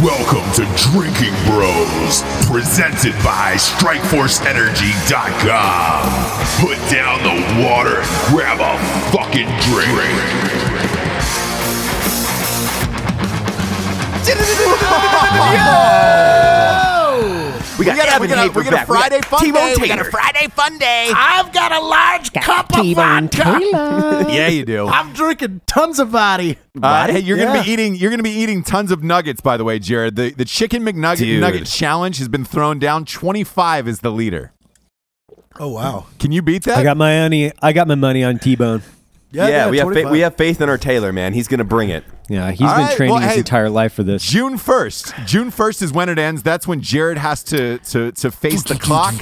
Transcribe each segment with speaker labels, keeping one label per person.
Speaker 1: Welcome to Drinking Bros, presented by StrikeForceEnergy.com. Put down the water and grab a fucking drink.
Speaker 2: We got,
Speaker 3: we got, a, we got a Friday fun day. We got a
Speaker 2: Friday.
Speaker 3: Friday fun day.
Speaker 4: I've got a large cup of
Speaker 2: T-Bone
Speaker 4: vodka.
Speaker 3: yeah, you do.
Speaker 4: I'm drinking tons of vodka.
Speaker 3: Uh, hey, you're gonna be
Speaker 2: Yeah.
Speaker 3: eating. You're gonna be eating tons of nuggets, by the way, Jared. The the chicken McNugget
Speaker 2: Dude.
Speaker 3: nugget challenge has been thrown down. Twenty five is the leader.
Speaker 4: Oh wow.
Speaker 3: Can you beat that?
Speaker 5: I got my money. I got my money on T Bone.
Speaker 2: Yeah, we have fa-
Speaker 4: 25.
Speaker 2: we have faith in our tailor, man. He's gonna bring it.
Speaker 5: Yeah, he's
Speaker 3: All
Speaker 5: been
Speaker 3: right,
Speaker 5: training
Speaker 3: well,
Speaker 5: his
Speaker 3: hey.
Speaker 5: entire life for this.
Speaker 3: June first. June first is when it ends. That's when Jared has to to to face the clock.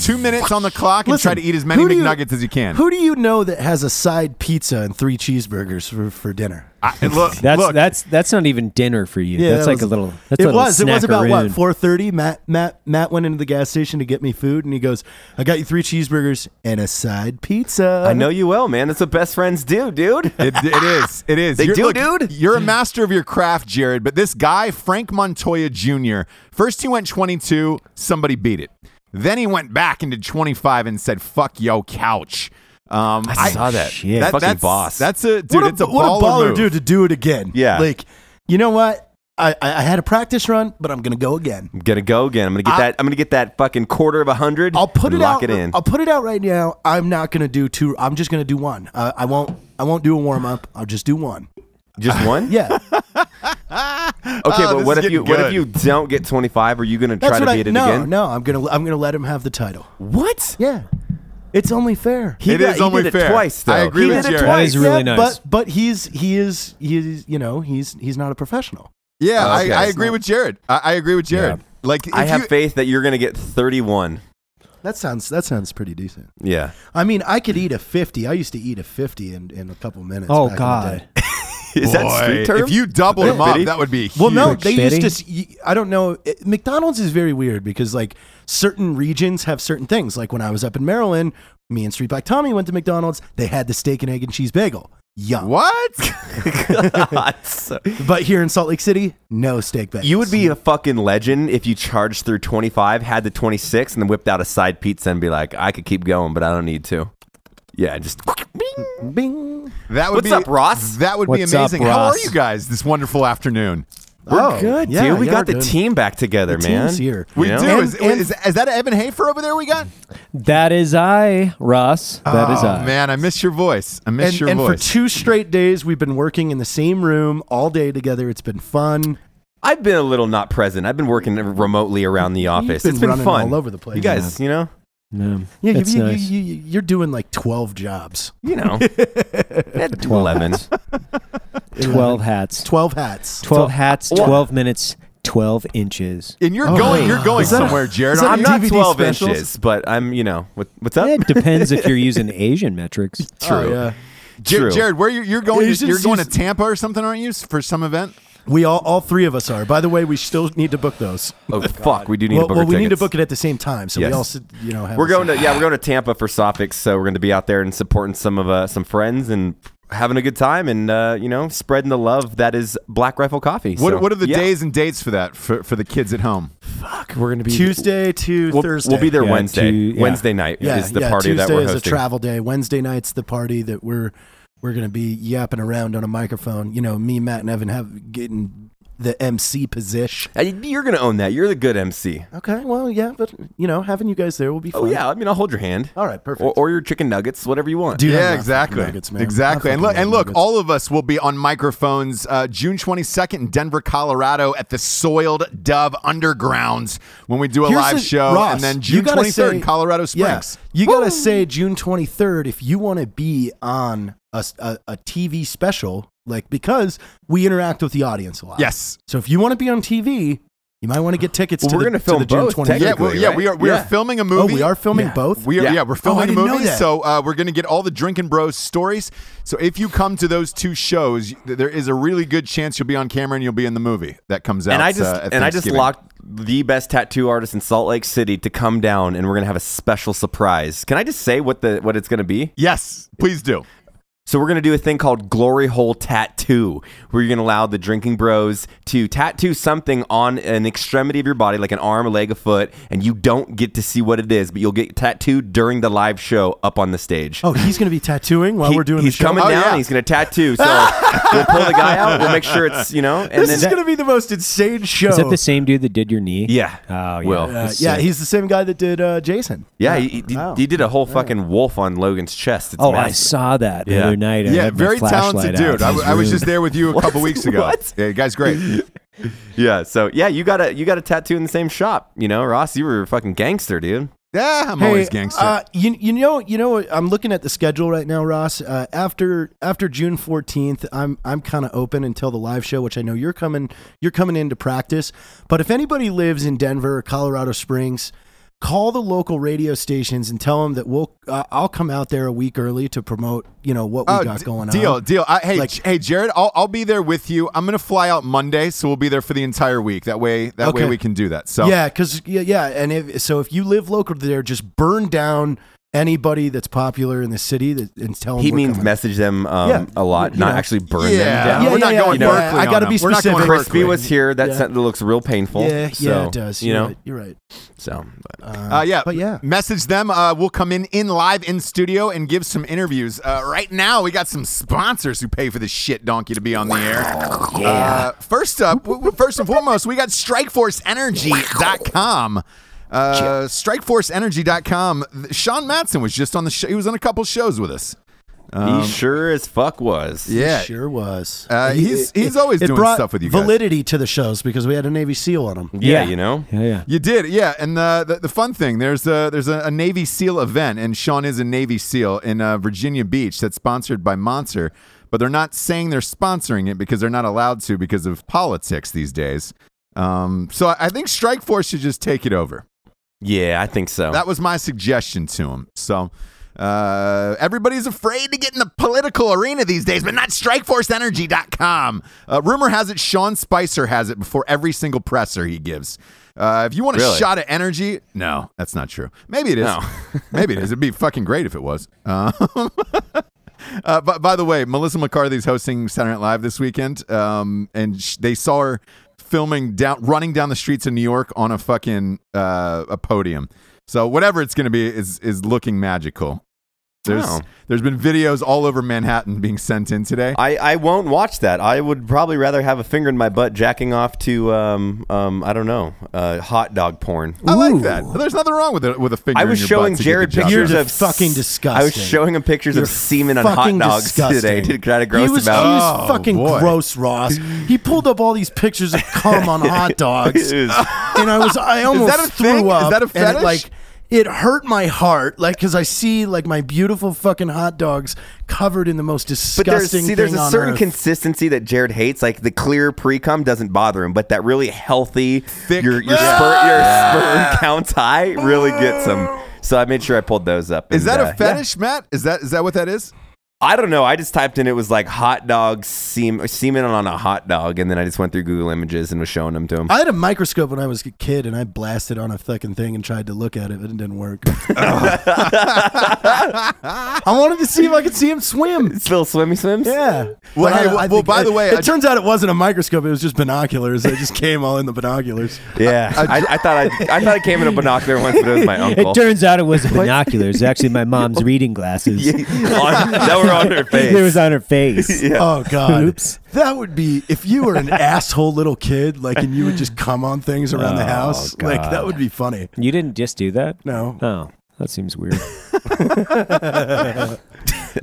Speaker 3: Two minutes on the clock and
Speaker 4: Listen,
Speaker 3: try to eat as many
Speaker 4: who do you-
Speaker 3: McNuggets as you can.
Speaker 4: Who do you know that has a side pizza and three cheeseburgers for, for dinner?
Speaker 3: I, and look,
Speaker 5: That's
Speaker 3: look,
Speaker 5: that's that's not even dinner for you. that's
Speaker 4: that
Speaker 5: like
Speaker 4: was-
Speaker 5: a little. That's
Speaker 4: it
Speaker 5: a little
Speaker 4: was. It was about what
Speaker 5: snackaroon.
Speaker 4: four thirty. Matt Matt Matt went into the gas station to get me food, and he goes, "I got you three cheeseburgers and a side pizza."
Speaker 2: I know you will, man. That's what best friends do, dude.
Speaker 3: It, it is. It is.
Speaker 2: They
Speaker 3: you're,
Speaker 2: do,
Speaker 3: look,
Speaker 2: dude.
Speaker 3: You're a master of your craft, Jared. But this guy, Frank Montoya Jr., first he went 22, somebody beat it. Then he went back into 25 and said, "Fuck yo, couch." Um, I,
Speaker 2: saw that.
Speaker 5: Shit.
Speaker 3: that-
Speaker 2: Fucking
Speaker 3: that's,
Speaker 2: boss.
Speaker 3: That's a dude.
Speaker 4: What a,
Speaker 3: it's a
Speaker 4: what
Speaker 3: baller,
Speaker 4: a baller
Speaker 3: move.
Speaker 4: dude to do it again.
Speaker 2: Yeah.
Speaker 4: like you know what? I, I, I had a practice run, but I'm gonna go again.
Speaker 2: I'm gonna go again. I'm gonna get
Speaker 4: I-
Speaker 2: that. I'm gonna get that fucking quarter of a hundred.
Speaker 4: I'll put
Speaker 2: and
Speaker 4: it
Speaker 2: lock it
Speaker 4: out.
Speaker 2: in.
Speaker 4: I'll put it out right now. I'm not gonna do two. I'm just gonna do one. Uh, I won't. I won't do a warm up. I'll just do one.
Speaker 2: Just one.
Speaker 4: Yeah,
Speaker 2: Okay,
Speaker 3: Oh, this
Speaker 2: but
Speaker 3: is
Speaker 2: what if
Speaker 3: getting
Speaker 2: you what
Speaker 3: good.
Speaker 2: if you don't get 25? Are you gonna
Speaker 4: that's
Speaker 2: try to
Speaker 4: what I.
Speaker 2: beat it
Speaker 4: no,
Speaker 2: again?
Speaker 4: no. I'm gonna. I'm gonna let him have the title.
Speaker 2: What?
Speaker 4: Yeah, it's only fair.
Speaker 2: He
Speaker 3: It
Speaker 2: got-
Speaker 3: is
Speaker 2: he
Speaker 3: only
Speaker 2: did
Speaker 3: fair.
Speaker 2: it twice. Though.
Speaker 3: I agree
Speaker 2: he
Speaker 3: with
Speaker 2: did it
Speaker 3: Jared.
Speaker 5: That is
Speaker 2: twice.
Speaker 5: really
Speaker 4: Yeah,
Speaker 5: nice.
Speaker 4: But but he's he is he is you know he's he's not a professional.
Speaker 3: Yeah,
Speaker 2: Oh, Okay.
Speaker 3: I, I
Speaker 2: It's
Speaker 3: agree
Speaker 2: not-
Speaker 3: with Jared. I, I agree with Jared. Like, if
Speaker 2: I have
Speaker 3: you,
Speaker 2: faith that you're gonna get 31.
Speaker 4: That sounds that sounds pretty decent.
Speaker 2: Yeah.
Speaker 4: I mean, I could eat a fifty. I used to eat a fifty in, in a couple minutes.
Speaker 5: oh
Speaker 4: back in the day.
Speaker 5: God.
Speaker 2: Is that
Speaker 3: boy,
Speaker 2: street term?
Speaker 3: If you double him up,
Speaker 2: Fitty?
Speaker 3: that would be
Speaker 4: Well, no,
Speaker 5: Huge.
Speaker 4: they
Speaker 5: Fitty?
Speaker 4: used to. s- I don't know. It, McDonald's is very weird because like certain regions have certain things. Like when I was up in Maryland, me and Street Black Tommy went to McDonald's. They had the steak and egg and cheese bagel. Yum.
Speaker 3: what?
Speaker 4: But here in Salt Lake City, no steak bagel.
Speaker 2: You would be a fucking legend if you charged through 25, had the 26, and then whipped out a side pizza and be like, I could keep going, but I don't need to. Yeah, just.
Speaker 4: Bing.
Speaker 3: That would
Speaker 2: What's
Speaker 3: be,
Speaker 2: up, Ross?
Speaker 3: That would
Speaker 5: What's
Speaker 3: be
Speaker 5: up,
Speaker 3: amazing. How are
Speaker 5: Ross?
Speaker 3: you guys this wonderful afternoon?
Speaker 4: We're oh,
Speaker 2: Good,
Speaker 4: yeah,
Speaker 2: dude. We
Speaker 4: yeah,
Speaker 2: got
Speaker 4: we're
Speaker 2: the
Speaker 4: good.
Speaker 2: team back together,
Speaker 4: The
Speaker 2: man.
Speaker 4: team's here.
Speaker 3: We
Speaker 2: You know?
Speaker 3: do.
Speaker 4: And-
Speaker 3: is,
Speaker 4: and-
Speaker 3: is, is that Evan Hafer over there? We got.
Speaker 5: That is I, Ross. That is uh,
Speaker 3: oh
Speaker 5: I.
Speaker 3: man, I miss your voice. I miss
Speaker 4: And,
Speaker 3: your
Speaker 4: and for
Speaker 3: voice.
Speaker 4: two straight days, we've been working in the same room all day together. It's been fun.
Speaker 2: I've been a little not present. I've been working remotely around the office.
Speaker 4: been
Speaker 2: it's been
Speaker 4: running
Speaker 2: fun.
Speaker 4: all over the place.
Speaker 2: You guys, you know?
Speaker 5: Yeah,
Speaker 4: Yeah, you,
Speaker 5: that's
Speaker 4: you,
Speaker 5: nice.
Speaker 4: you, you, you're doing like 12 jobs,
Speaker 2: You know. At 11.
Speaker 5: Twelve hats.
Speaker 4: 12 hats.
Speaker 5: 12 hats, 12 minutes, 12 inches.
Speaker 3: and you're going. You're going somewhere, Jared.
Speaker 4: is that
Speaker 3: aren't
Speaker 2: I'm
Speaker 3: you?
Speaker 2: not 12
Speaker 4: DVD specials?
Speaker 2: inches, but I'm, you know, what, what's up?
Speaker 5: It depends if you're using Asian metrics.
Speaker 4: True. Oh, yeah.
Speaker 3: J-
Speaker 2: True.
Speaker 3: Jared, where you're, you're going?
Speaker 4: Yeah, you
Speaker 3: to-
Speaker 4: should
Speaker 3: You're
Speaker 4: see
Speaker 3: going to
Speaker 4: s-
Speaker 3: Tampa or something, aren't you? For some event.
Speaker 4: We all, all three of us are. By the way, we still need to book those.
Speaker 2: Oh, fuck. We do need
Speaker 4: well,
Speaker 2: to book
Speaker 4: well
Speaker 2: our
Speaker 4: we need to
Speaker 2: tickets.
Speaker 4: book it at the same time, so
Speaker 2: Yes.
Speaker 4: we all, sit- you know, have
Speaker 2: We're
Speaker 4: the
Speaker 2: going
Speaker 4: same-
Speaker 2: to yeah, we're going to Tampa for Sophics, so we're going to be out there and supporting some of uh, some friends and having a good time and uh, you know spreading the love that is Black Rifle Coffee.
Speaker 3: What
Speaker 2: So,
Speaker 3: What are the
Speaker 2: yeah.
Speaker 3: days and dates for that for, for the kids at home?
Speaker 2: We're going to be
Speaker 4: Tuesday to
Speaker 2: We'll,
Speaker 4: Thursday.
Speaker 2: we'll be there
Speaker 5: Yeah,
Speaker 2: Wednesday.
Speaker 5: to- yeah.
Speaker 2: Wednesday night
Speaker 4: Yeah,
Speaker 2: is the
Speaker 4: yeah,
Speaker 2: party
Speaker 4: Tuesday
Speaker 2: that we're
Speaker 4: is
Speaker 2: hosting.
Speaker 4: a travel day. Wednesday night's the party that we're we're gonna be yapping around on a microphone. You know, me, Matt, and Evan have getting the MC position.
Speaker 2: Uh, You're going to own that. You're the good MC.
Speaker 4: Okay, well, yeah, but you know, having you guys there will be fun.
Speaker 2: Oh yeah, I mean I'll hold your hand.
Speaker 4: All right, perfect.
Speaker 2: Or, or your chicken nuggets, whatever you want.
Speaker 4: Dude, I
Speaker 3: yeah,
Speaker 4: love
Speaker 3: exactly,
Speaker 4: fucking nuggets, man.
Speaker 3: exactly.
Speaker 4: I
Speaker 3: And look,
Speaker 4: fucking
Speaker 3: and
Speaker 4: love
Speaker 3: look,
Speaker 4: nuggets.
Speaker 3: all of us will be on microphones uh, June 22nd in Denver, Colorado, at the Soiled Dove Undergrounds when we do a
Speaker 4: Here's
Speaker 3: live
Speaker 4: the-
Speaker 3: show,
Speaker 4: Ross,
Speaker 3: and then
Speaker 4: you
Speaker 3: June
Speaker 4: gotta
Speaker 3: 23rd in
Speaker 4: say-
Speaker 3: Colorado
Speaker 4: Yeah,
Speaker 3: Springs.
Speaker 4: you gotta say June twenty third if you want to be on a, s- a- a TV special, like because we interact with the audience a lot.
Speaker 3: Yes.
Speaker 4: So if you want to be on TV, you might want to get tickets
Speaker 2: Well,
Speaker 4: to,
Speaker 2: we're
Speaker 4: the,
Speaker 2: gonna
Speaker 4: to
Speaker 2: film
Speaker 4: the June
Speaker 2: both,
Speaker 4: 23rd.
Speaker 3: Yeah,
Speaker 2: technically.
Speaker 3: well, yeah, we are we are
Speaker 4: Yeah.
Speaker 3: filming a
Speaker 4: Oh,
Speaker 3: movie.
Speaker 4: we are filming both.
Speaker 3: We are, yeah.
Speaker 2: Yeah.
Speaker 3: we're
Speaker 4: Oh, I
Speaker 3: filming a
Speaker 4: didn't know
Speaker 3: movie,
Speaker 4: that.
Speaker 3: so uh, we're going to get all the Drinking Bros stories. So if you come to those two shows, y- there is a really good chance you'll be on camera and you'll be in the movie that comes out.
Speaker 2: and I just
Speaker 3: uh, at
Speaker 2: and I just
Speaker 3: Thanksgiving.
Speaker 2: locked the best tattoo artist in Salt Lake City to come down, and we're gonna have a special surprise. Can I just say what the what it's gonna be?
Speaker 3: Yes, please do.
Speaker 2: So we're gonna do a thing called glory hole tattoo, where you're gonna allow the drinking bros to tattoo something on an extremity of your body, like an arm, a leg, a foot, and you don't get to see what it is, but you'll get tattooed during the live show up on the stage.
Speaker 4: Oh, he's going to be tattooing while
Speaker 2: He-
Speaker 4: we're doing
Speaker 2: he's
Speaker 4: the show.
Speaker 2: coming
Speaker 3: Oh,
Speaker 2: down.
Speaker 3: yeah.
Speaker 2: and He's gonna tattoo. So we'll pull the guy out. We'll make sure it's you know. And
Speaker 4: this
Speaker 2: then
Speaker 4: is going to be the most insane show.
Speaker 5: Is that the same dude that did your knee?
Speaker 2: Yeah.
Speaker 5: Oh, yeah.
Speaker 2: Will.
Speaker 4: Uh,
Speaker 5: That's
Speaker 4: yeah,
Speaker 5: sick.
Speaker 4: he's the same guy that did uh, Jason.
Speaker 2: yeah, he, he,
Speaker 4: Wow.
Speaker 2: he did a whole fucking wolf on Logan's chest. It's
Speaker 5: Oh, I
Speaker 2: massive.
Speaker 5: saw that the
Speaker 2: Yeah.
Speaker 5: other night. I
Speaker 3: Yeah,
Speaker 5: had my
Speaker 3: very talented
Speaker 5: flashlight out
Speaker 3: dude.
Speaker 5: in
Speaker 3: I,
Speaker 5: his
Speaker 3: I was
Speaker 5: room.
Speaker 3: just there with you a couple weeks ago.
Speaker 2: What?
Speaker 3: Yeah, the guy's great.
Speaker 2: Yeah, so yeah, you got a you got a tattoo in the same shop. You know, Ross, you were a fucking gangster, dude.
Speaker 3: Yeah, I'm always gangster.
Speaker 4: Uh, you you know you know I'm looking at the schedule right now, Ross. Uh, after after June 14th, I'm I'm kind of open until the live show, which I know you're coming you're coming into practice. But if anybody lives in Denver or Colorado Springs, call the local radio stations and tell them that we'll uh, I'll come out there a week early to promote you know what we
Speaker 3: Oh,
Speaker 4: got
Speaker 3: d-
Speaker 4: going
Speaker 3: deal,
Speaker 4: on.
Speaker 3: Deal, I, Hey,
Speaker 4: Like-
Speaker 3: J- hey, Jared, I'll, I'll be there with you. I'm gonna fly out Monday, so we'll be there for the entire week. That way, that way
Speaker 4: Okay.
Speaker 3: we can do that. So
Speaker 4: Yeah, because yeah, yeah, and if so, if you live local there, just burn down anybody that's popular in the city that, and tell them
Speaker 2: He
Speaker 4: we're
Speaker 2: means
Speaker 4: coming.
Speaker 2: message them um,
Speaker 4: Yeah,
Speaker 2: a lot,
Speaker 4: you
Speaker 2: not
Speaker 4: know.
Speaker 2: actually burn
Speaker 3: Yeah.
Speaker 2: them down.
Speaker 3: We're
Speaker 4: Yeah,
Speaker 3: not
Speaker 4: yeah,
Speaker 3: going
Speaker 4: yeah.
Speaker 3: Berkeley.
Speaker 4: I
Speaker 3: on
Speaker 4: gotta
Speaker 3: them.
Speaker 4: be
Speaker 3: We're not going
Speaker 4: specific.
Speaker 2: Crispy
Speaker 3: Berkeley.
Speaker 2: was here. That
Speaker 4: Yeah.
Speaker 2: sent- that looks real painful.
Speaker 4: Yeah, yeah,
Speaker 2: so,
Speaker 4: it does.
Speaker 2: You
Speaker 4: You're
Speaker 2: know,
Speaker 4: right, you're right.
Speaker 2: so
Speaker 3: Uh, yeah,
Speaker 4: But yeah.
Speaker 3: message them. Uh, we'll come in in live in studio and give some interviews. Uh, right now, we got some sponsors who pay for this shit donkey to be on the air. Uh, first up, w- w- first and foremost, we got StrikeForceEnergy.com. Uh, StrikeForceEnergy.com. Th- Sean Matson was just on the show. He was on a couple shows with us.
Speaker 4: Um,
Speaker 2: he sure as fuck was.
Speaker 3: Yeah,
Speaker 4: Sure was.
Speaker 3: Uh, he's-
Speaker 4: It-
Speaker 3: he's
Speaker 4: it-
Speaker 3: always
Speaker 4: it
Speaker 3: doing
Speaker 4: brought
Speaker 3: stuff with you guys.
Speaker 4: Validity to the shows because we had a Navy SEAL on him.
Speaker 2: yeah, you know.
Speaker 5: Yeah, yeah.
Speaker 3: You did, yeah. And the the, the fun thing there's a there's a, a Navy SEAL event, and Sean is a Navy SEAL in uh, Virginia Beach that's sponsored by Monster, but they're not saying they're sponsoring it because they're not allowed to because of politics these days. Um, so I I think Strike Force should just take it over.
Speaker 2: Yeah, I think so.
Speaker 3: That was my suggestion to him. So. Uh, everybody's afraid to get in the political arena these days, but not StrikeForceEnergy.com. Uh, rumor has it Sean Spicer has it before every single presser he gives. Uh, if you want a
Speaker 2: Really?
Speaker 3: shot of energy, no, that's not true. Maybe it is.
Speaker 2: No.
Speaker 3: Maybe it is. It'd be fucking great if it was. Uh, uh, but by the way, Melissa McCarthy's hosting Saturday Night Live this weekend, um, and sh- they saw her filming down, running down the streets of New York on a fucking uh, a podium. So whatever it's going to be is is looking magical. There's
Speaker 2: Oh.
Speaker 3: there's been videos all over Manhattan being sent in today.
Speaker 2: I, I won't watch that. I would probably rather have a finger in my butt jacking off to um um I don't know uh, hot dog porn.
Speaker 3: I like
Speaker 5: Ooh.
Speaker 3: that. There's nothing wrong with it with a finger.
Speaker 2: I
Speaker 3: in
Speaker 2: was
Speaker 3: your
Speaker 2: showing
Speaker 3: butt to get
Speaker 2: Jared
Speaker 3: the job
Speaker 2: pictures
Speaker 3: done.
Speaker 4: You're
Speaker 2: of
Speaker 4: fucking
Speaker 2: I was
Speaker 4: disgusting.
Speaker 2: showing him pictures
Speaker 4: You're
Speaker 2: of semen on hot
Speaker 4: fucking
Speaker 2: dogs
Speaker 4: disgusting.
Speaker 2: today. Did kind of gross
Speaker 4: he was,
Speaker 2: about.
Speaker 4: He was
Speaker 3: Oh,
Speaker 4: fucking
Speaker 3: boy.
Speaker 4: gross, Ross. He pulled up all these pictures of cum on hot dogs,
Speaker 2: It
Speaker 4: and
Speaker 2: was-
Speaker 4: I was I almost
Speaker 3: that a
Speaker 4: threw
Speaker 3: thing? Is
Speaker 4: up.
Speaker 3: that a
Speaker 4: and it,
Speaker 3: fetish?
Speaker 4: like it hurt my heart, like because I see like my beautiful fucking hot dogs covered in the most disgusting.
Speaker 2: But there's see, there's
Speaker 4: thing
Speaker 2: a
Speaker 4: on
Speaker 2: certain
Speaker 4: earth.
Speaker 2: consistency that Jared hates. Like the clear pre cum doesn't bother him, but that really healthy,
Speaker 3: Thick-
Speaker 2: your your, spur, your sperm counts high really gets him. So I made sure I pulled those up.
Speaker 3: Is
Speaker 2: and,
Speaker 3: that
Speaker 2: uh,
Speaker 3: a
Speaker 2: yeah.
Speaker 3: fetish, Matt? Is that is that what that is?
Speaker 2: I don't know. I just typed in it was like hot dog semen semen on a hot dog, and then I just went through Google Images and was showing them to him.
Speaker 4: I had a microscope when I was a kid, and I blasted on a fucking thing and tried to look at it, but it didn't work. I wanted to see if I could see him swim.
Speaker 2: It's little swimmy swims.
Speaker 4: Yeah.
Speaker 3: Well,
Speaker 4: But
Speaker 3: hey,
Speaker 4: I-
Speaker 3: well-
Speaker 4: I
Speaker 3: well,
Speaker 4: think-
Speaker 3: by the way,
Speaker 4: it
Speaker 3: I-
Speaker 4: turns out it wasn't a microscope; it was just binoculars. They just came all in the binoculars.
Speaker 2: yeah. I, I thought I, I thought it came in a binocular once, but it was my uncle.
Speaker 5: It turns out it was binoculars. Actually, my mom's reading glasses.
Speaker 2: Yeah, on- that were on her face.
Speaker 5: It was on her face.
Speaker 2: Yeah.
Speaker 4: Oh God!
Speaker 5: Oops.
Speaker 4: That would be if you were an asshole little kid, like, and you would just come on things around
Speaker 3: Oh,
Speaker 4: the house. Like that would be funny.
Speaker 5: You didn't just do that?
Speaker 4: No.
Speaker 5: Oh, that seems weird.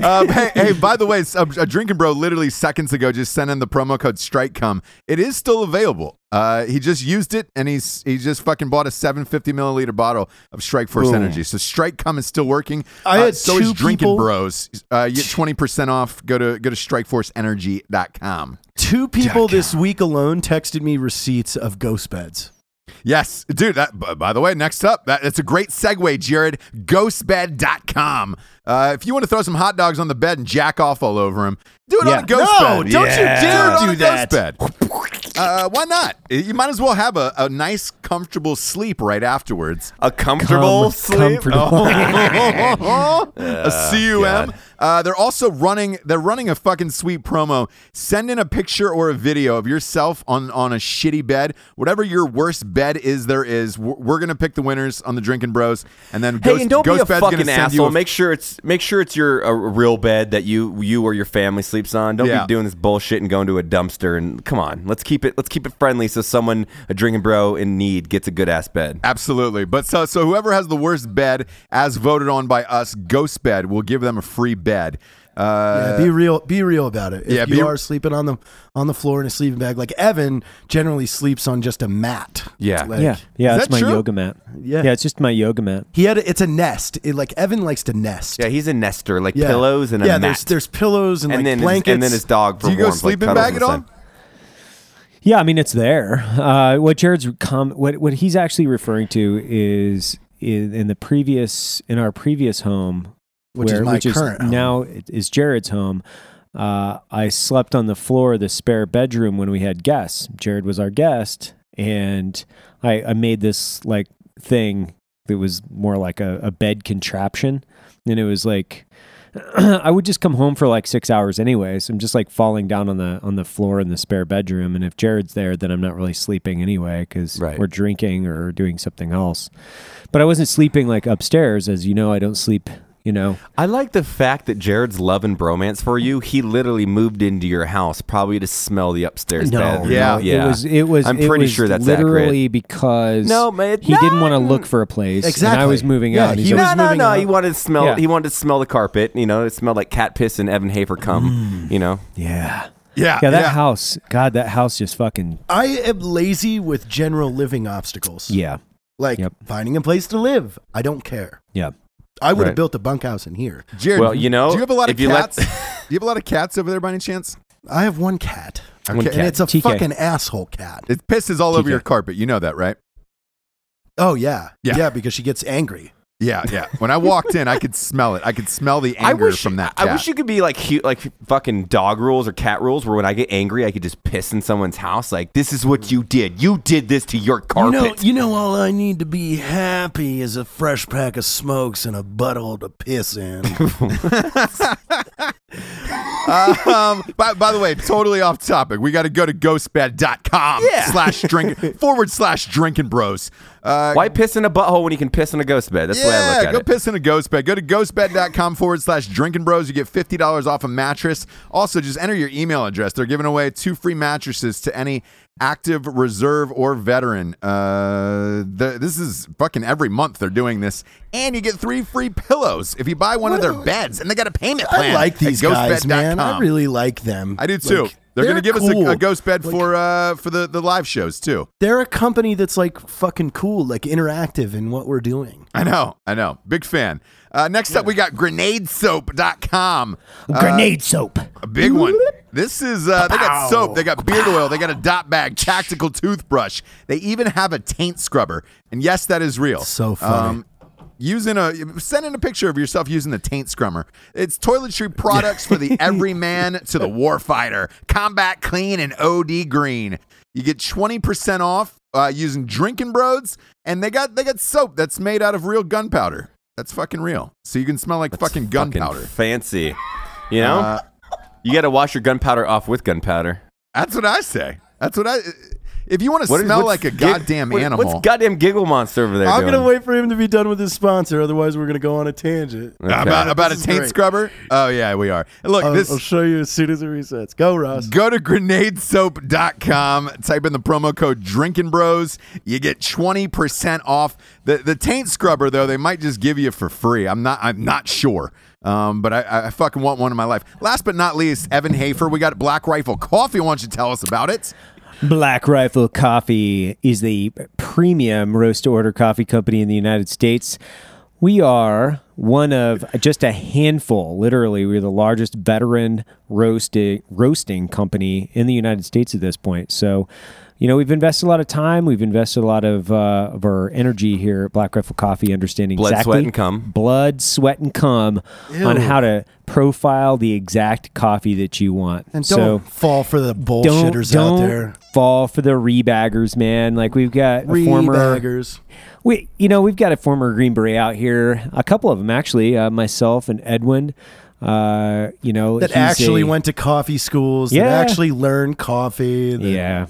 Speaker 3: um, hey, hey, by the way, s- um, a drinking bro literally seconds ago just sent in the promo code StrikeCom. It is still available. Uh, he just used it and he's he just fucking bought a 750 milliliter bottle of Strike Force Energy. So StrikeCom is still working.
Speaker 4: I
Speaker 3: Uh,
Speaker 4: had
Speaker 3: so
Speaker 4: two
Speaker 3: is drinking
Speaker 4: people-
Speaker 3: bros. Uh, you get 20% off. Go to go to strikeforceenergy.com.
Speaker 4: Two people this week alone texted me receipts of ghost beds.
Speaker 3: Yes, dude. That, b- by the way, next up, that, that's a great segue, Jared. Ghostbed.com. Uh, if you want to throw some hot dogs on the bed and jack off all over them, do it
Speaker 5: Yeah.
Speaker 3: on a ghost
Speaker 4: No,
Speaker 3: bed.
Speaker 4: don't you Yeah. dare
Speaker 3: do
Speaker 4: do that.
Speaker 3: Ghost bed. Uh, why not? You might as well have a, a nice, comfortable sleep right afterwards.
Speaker 2: a comfortable Oh.
Speaker 5: Com-
Speaker 2: sleep.
Speaker 5: comfortable.
Speaker 3: a cum. Uh, they're also running. They're running a fucking sweet promo. Send in a picture or a video of yourself on on a shitty bed, whatever your worst bed is. There is. We're, we're gonna pick the winners on the Drinking Bros, and then
Speaker 2: Hey,
Speaker 3: Ghost,
Speaker 2: and don't
Speaker 3: Ghost
Speaker 2: be a
Speaker 3: Bed's gonna
Speaker 2: fucking
Speaker 3: send you
Speaker 2: asshole.
Speaker 3: a-
Speaker 2: make sure it's make sure it's your a real bed that you you or your family sleeps on. Don't
Speaker 3: Yeah.
Speaker 2: be doing this bullshit and going to a dumpster. And come on, let's keep it let's keep it friendly so someone a drinking bro in need gets a good ass bed.
Speaker 3: Absolutely. But so so whoever has the worst bed as voted on by us, Ghost Bed, will give them a free bed. Uh,
Speaker 4: Yeah, be real. Be real about it. If
Speaker 3: yeah,
Speaker 4: you
Speaker 3: be-
Speaker 4: are sleeping on the on the floor in a sleeping bag, like Evan generally sleeps on just a mat.
Speaker 3: Yeah.
Speaker 4: Like-
Speaker 5: Yeah, yeah,
Speaker 3: Is
Speaker 5: it's
Speaker 3: that
Speaker 5: my
Speaker 3: true?
Speaker 5: yoga mat.
Speaker 4: Yeah.
Speaker 5: yeah, it's just my yoga mat.
Speaker 4: He had a, it's a nest. It, like Evan likes to nest.
Speaker 2: Yeah, he's a nester, like
Speaker 4: Yeah.
Speaker 2: pillows and a
Speaker 4: yeah.
Speaker 2: mat.
Speaker 4: There's there's pillows and,
Speaker 2: and
Speaker 4: like
Speaker 2: then
Speaker 4: blankets
Speaker 2: His, and then his dog for
Speaker 3: do you go
Speaker 2: warmth,
Speaker 3: sleeping
Speaker 2: like, cuddles
Speaker 3: bag
Speaker 2: in
Speaker 3: at
Speaker 2: the
Speaker 3: all?
Speaker 2: sun.
Speaker 5: Yeah, I mean it's there. Uh, what Jared's com- what what he's actually referring to is in, in the previous in our previous home,
Speaker 4: Which is my current home.
Speaker 5: now it is Jared's home. Uh, I slept on the floor of the spare bedroom when we had guests. Jared was our guest, and I, I made this like thing that was more like a, a bed contraption, and it was like I would just come home for like six hours anyways. I'm just like falling down on the on the floor in the spare bedroom, and if Jared's there, then I'm not really sleeping anyway because
Speaker 2: Right.
Speaker 5: we're drinking or doing something else. But I wasn't sleeping like upstairs, as you know. I don't sleep, you know.
Speaker 2: I like the fact that Jared's love and bromance for you. He literally moved into your house probably to smell the upstairs bed.
Speaker 3: Yeah.
Speaker 5: no, It was. It was.
Speaker 2: I'm
Speaker 5: it
Speaker 2: pretty
Speaker 5: was
Speaker 2: sure that's
Speaker 5: literally because
Speaker 2: No, but it-
Speaker 5: he didn't want to
Speaker 2: no.
Speaker 5: look for a place. And I
Speaker 4: Exactly.
Speaker 5: was moving
Speaker 4: Yeah,
Speaker 5: out. and
Speaker 4: he
Speaker 5: he's
Speaker 4: was
Speaker 5: like,
Speaker 2: No, no,
Speaker 4: moving
Speaker 2: no.
Speaker 4: out.
Speaker 2: He wanted to smell.
Speaker 5: Yeah.
Speaker 2: He wanted to smell the carpet. You know, it smelled like cat piss and Evan Hafer cum. You know,
Speaker 5: yeah,
Speaker 3: Uh, Yeah.
Speaker 5: yeah. That house, God, that house just fucking
Speaker 4: I am lazy with general living obstacles.
Speaker 5: yeah,
Speaker 4: Like
Speaker 5: Yep.
Speaker 4: finding a place to live. I don't care.
Speaker 5: yeah.
Speaker 4: I would
Speaker 2: Right.
Speaker 4: have built a bunkhouse in here.
Speaker 3: Jared,
Speaker 2: Well, you know,
Speaker 3: do you have a lot of
Speaker 2: if you
Speaker 3: cats?
Speaker 2: let-
Speaker 3: do you have a lot of cats over there by any chance?
Speaker 4: I have one cat.
Speaker 2: One
Speaker 4: Okay,
Speaker 2: cat.
Speaker 4: And it's a
Speaker 5: TK.
Speaker 4: fucking asshole cat.
Speaker 3: It pisses all over
Speaker 5: TK.
Speaker 3: your carpet. You know that, right?
Speaker 4: Oh yeah.
Speaker 3: Yeah.
Speaker 4: because she gets angry.
Speaker 3: Yeah, yeah. When I walked in, I could smell it. I could smell the
Speaker 2: I
Speaker 3: anger
Speaker 2: wish
Speaker 3: from that cat.
Speaker 2: I wish you could be like hu- like fucking dog rules or cat rules, where when I get angry, I could just piss in someone's house. Like this is what you did. You did this to your carpet.
Speaker 4: you know all I need to be happy is a fresh pack of smokes and a butthole to piss in.
Speaker 3: um, by, by the way, totally off topic. We got to go to ghostbed.com
Speaker 2: Yeah.
Speaker 3: slash drink forward slash drinking bros. Uh,
Speaker 2: Why piss in a butthole when you can piss in a ghost bed? That's the way I look
Speaker 3: yeah,
Speaker 2: at
Speaker 3: go
Speaker 2: it.
Speaker 3: piss in a ghost bed. Go to ghostbed.com forward slash drinking bros. You get $50 off a mattress. Also, just enter your email address. They're giving away two free mattresses to any active, reserve, or veteran. Uh, the, this is fucking every month they're doing this. And you get three free pillows if you buy one of their beds. And they got a payment plan.
Speaker 4: I like
Speaker 3: at
Speaker 4: these guys, man. I
Speaker 3: ghostbed.com.
Speaker 4: really like them.
Speaker 3: I do too.
Speaker 4: Like,
Speaker 3: they're, going to give us
Speaker 4: cool.
Speaker 3: a, a ghost bed for uh for the, the live shows too.
Speaker 4: They're a company that's like fucking cool, like interactive in what we're doing.
Speaker 3: I know, I know. Big fan. Uh, next up, we got grenadesoap.com.
Speaker 5: Grenade soap.
Speaker 3: Uh, A big one. This is uh, they got soap, they got beard oil, they got a dot bag, tactical toothbrush. They even have a taint scrubber. And yes, that is real. Um,
Speaker 4: So funny.
Speaker 3: using a send in a picture of yourself using the taint scrummer. It's toiletry products for the everyman to the warfighter. Combat clean and OD green. You get 20% off uh, using drinking bros and they got they got soap that's made out of real gunpowder. That's fucking real. So you can smell like fucking
Speaker 2: Fucking
Speaker 3: gunpowder.
Speaker 2: fancy. You know,
Speaker 3: Uh,
Speaker 2: you got to wash your gunpowder off with gunpowder.
Speaker 3: That's what I say. That's what I. If you want to
Speaker 2: What is-
Speaker 3: smell
Speaker 2: what's
Speaker 3: like a
Speaker 2: gi-
Speaker 3: goddamn
Speaker 2: what-
Speaker 3: animal,
Speaker 2: What's goddamn giggle monster over there?
Speaker 4: I'm
Speaker 2: doing?
Speaker 4: gonna wait for him to be done with his sponsor, otherwise we're gonna go on a tangent.
Speaker 2: Okay.
Speaker 3: about about
Speaker 4: This
Speaker 3: a
Speaker 4: is
Speaker 3: taint
Speaker 4: great.
Speaker 3: scrubber? Oh yeah, we are. And Look,
Speaker 2: Oh,
Speaker 4: I'll,
Speaker 3: this
Speaker 4: I'll show you as soon as it resets. Go, Ross.
Speaker 3: Go to grenadesoap.com, type in the promo code Drinking Bros. You get 20% off. The the taint scrubber though, they might just give you for free. I'm not I'm not sure. Um, but I, I fucking want one in my life. Last but not least, Evan Hafer, we got Black Rifle Coffee. Why don't you tell us about it?
Speaker 5: Black Rifle Coffee is the premium roast to order coffee company in the United States. We are one of just a handful, literally, we're the largest veteran roasting roasting company in the United States at this point. So, you know, we've invested a lot of time, we've invested a lot of, uh, of our energy here at Black Rifle Coffee, understanding
Speaker 2: Blood,
Speaker 5: exactly
Speaker 2: sweat, and cum.
Speaker 5: blood, sweat, and cum on how to profile the exact coffee that you want.
Speaker 4: And
Speaker 5: So-
Speaker 4: don't fall for the bullshitters out there.
Speaker 5: fall for the rebaggers, man. Like we've got a former,
Speaker 4: Rebaggers.
Speaker 5: we you know we've got a former Green Beret out here. A couple of them actually, uh, myself and Edwin. Uh, you know,
Speaker 4: that
Speaker 5: he's
Speaker 4: actually
Speaker 5: a-
Speaker 4: went to coffee schools,
Speaker 5: Yeah.
Speaker 4: that actually learned coffee. that-
Speaker 5: Yeah.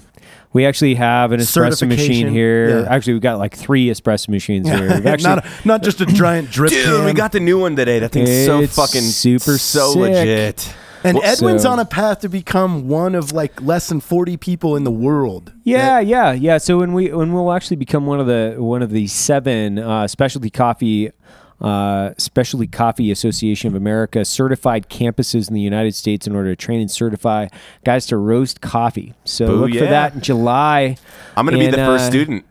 Speaker 5: We actually have an espresso machine
Speaker 4: Certification.
Speaker 5: here.
Speaker 4: Yeah.
Speaker 5: Actually, we've got like three espresso machines here. We've actually,
Speaker 4: not, not just a giant drip
Speaker 2: Dude,
Speaker 4: can.
Speaker 2: we got the new one today. That thing's so
Speaker 5: It's
Speaker 2: fucking
Speaker 5: super
Speaker 2: so
Speaker 5: sick.
Speaker 2: legit.
Speaker 4: and Edwin's
Speaker 5: so-
Speaker 4: on a path to become one of like less than 40 people in the world.
Speaker 5: Yeah, yeah, yeah. So when we when we'll actually become one of the one of the seven uh, specialty coffee uh, specialty coffee association of America certified campuses in the United States in order to train and certify guys to roast coffee. So look for
Speaker 2: Booyah.
Speaker 5: that in July.
Speaker 2: I'm gonna be
Speaker 5: And,
Speaker 2: the first
Speaker 5: uh,
Speaker 2: student.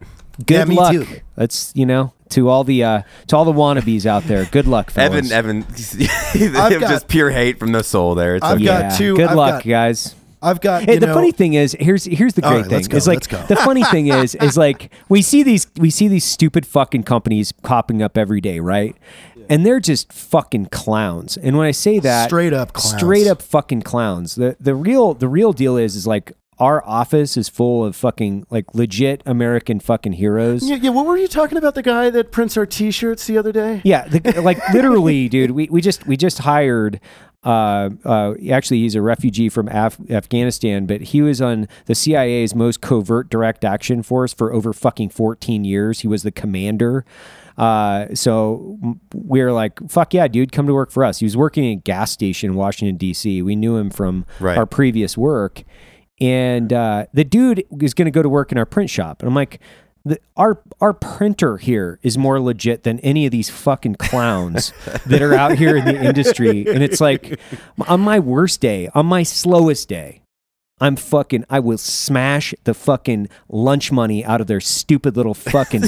Speaker 5: Good
Speaker 4: Yeah, me
Speaker 5: luck.
Speaker 4: too.
Speaker 5: That's you know to all the uh, to all the wannabes out there. Good luck, fellas.
Speaker 2: Evan, Evan, just
Speaker 4: got-
Speaker 2: pure hate from the soul there. It's
Speaker 4: I've
Speaker 2: okay.
Speaker 4: got- two-
Speaker 5: Good
Speaker 4: I've
Speaker 5: luck,
Speaker 4: got-
Speaker 5: guys.
Speaker 4: I've got,
Speaker 5: Hey,
Speaker 4: you
Speaker 5: the
Speaker 4: know,
Speaker 5: funny thing is, here's here's the
Speaker 4: All
Speaker 5: great
Speaker 4: right,
Speaker 5: thing.
Speaker 4: let's go,
Speaker 5: it's like
Speaker 4: let's go.
Speaker 5: the funny thing is, is like we see these we see these stupid fucking companies popping up every day, right? And they're just fucking clowns. And when I say that,
Speaker 4: Straight up clowns.
Speaker 5: straight up fucking clowns. The the real the real deal is is like our office is full of fucking like legit American fucking heroes.
Speaker 4: Yeah, yeah, what were you talking about? The guy that prints our T-shirts the other day?
Speaker 5: Yeah, the, like literally, dude. We, we just we just hired. Uh, uh, actually, he's a refugee from Af- Afghanistan, but he was on the CIA's most covert direct action force for over fucking fourteen years. He was the commander. Uh, so m- we are like, fuck yeah, dude, come to work for us. He was working in a gas station in Washington D.C. We knew him from
Speaker 2: Right.
Speaker 5: our previous work, and uh, the dude is going to go to work in our print shop, and I'm like, the, our our printer here is more legit than any of these fucking clowns that are out here in the industry. And it's like, on my worst day, on my slowest day, I'm fucking, I will smash the fucking lunch money out of their stupid little fucking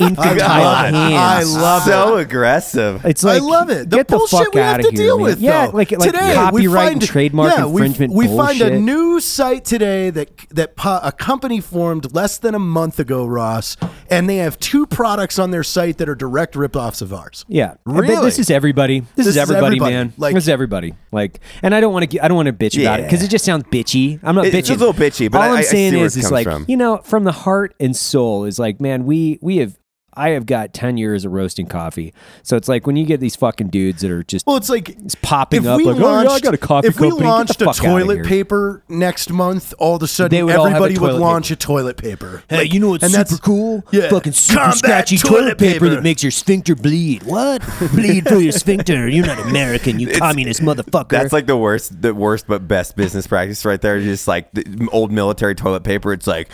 Speaker 5: infantile
Speaker 4: God. I
Speaker 5: hands.
Speaker 4: love
Speaker 2: so aggressive.
Speaker 5: It's like
Speaker 4: I love it. The
Speaker 5: get the
Speaker 4: bullshit
Speaker 5: fuck
Speaker 4: we
Speaker 5: out
Speaker 4: have
Speaker 5: of
Speaker 4: to
Speaker 5: here,
Speaker 4: deal
Speaker 5: man.
Speaker 4: with.
Speaker 5: yeah,
Speaker 4: though.
Speaker 5: like like
Speaker 4: today we
Speaker 5: copyright
Speaker 4: find,
Speaker 5: and trademark
Speaker 4: yeah, we-
Speaker 5: infringement.
Speaker 4: We,
Speaker 5: bullshit.
Speaker 4: find a new site today that that po- a company formed less than a month ago, Ross, and they have two products on their site that are direct ripoffs of ours.
Speaker 5: Yeah, But
Speaker 4: Really?
Speaker 5: this is everybody. This, is everybody, man.
Speaker 4: Like-
Speaker 5: this is everybody. Like, and I don't want to. I don't want to bitch about it because
Speaker 2: Yeah.
Speaker 5: it just sounds bitchy. I'm not
Speaker 2: It-
Speaker 5: bitching.
Speaker 2: it's a little bitchy, but
Speaker 5: all
Speaker 2: I- I- I
Speaker 5: am
Speaker 2: see
Speaker 5: saying
Speaker 2: where
Speaker 5: is,
Speaker 2: it
Speaker 5: is
Speaker 2: comes
Speaker 5: like
Speaker 2: from.
Speaker 5: you know, from the heart and soul is like, man, we we have. I have got ten years of roasting coffee, so it's like when you get these fucking dudes that are just
Speaker 4: Well, it's like
Speaker 5: it's popping up like, oh yeah, I got a coffee
Speaker 4: if we
Speaker 5: company. Get the
Speaker 4: launched a
Speaker 5: fuck outta
Speaker 4: toilet
Speaker 5: here.
Speaker 4: paper next month, all of a sudden
Speaker 5: They would all have a
Speaker 4: everybody would
Speaker 5: toilet
Speaker 4: launch a toilet paper.
Speaker 5: Hey, you know what's
Speaker 4: and
Speaker 5: super
Speaker 4: that's-
Speaker 5: cool?
Speaker 4: yeah.
Speaker 5: Fucking super
Speaker 4: Combat
Speaker 5: scratchy
Speaker 4: toilet
Speaker 5: toilet, paper.
Speaker 4: paper.
Speaker 5: that makes your sphincter bleed. What? bleed through your sphincter. You're not American, you communist motherfucker.
Speaker 2: That's like the worst, the worst but best business practice right there. Just like the old military toilet paper. It's like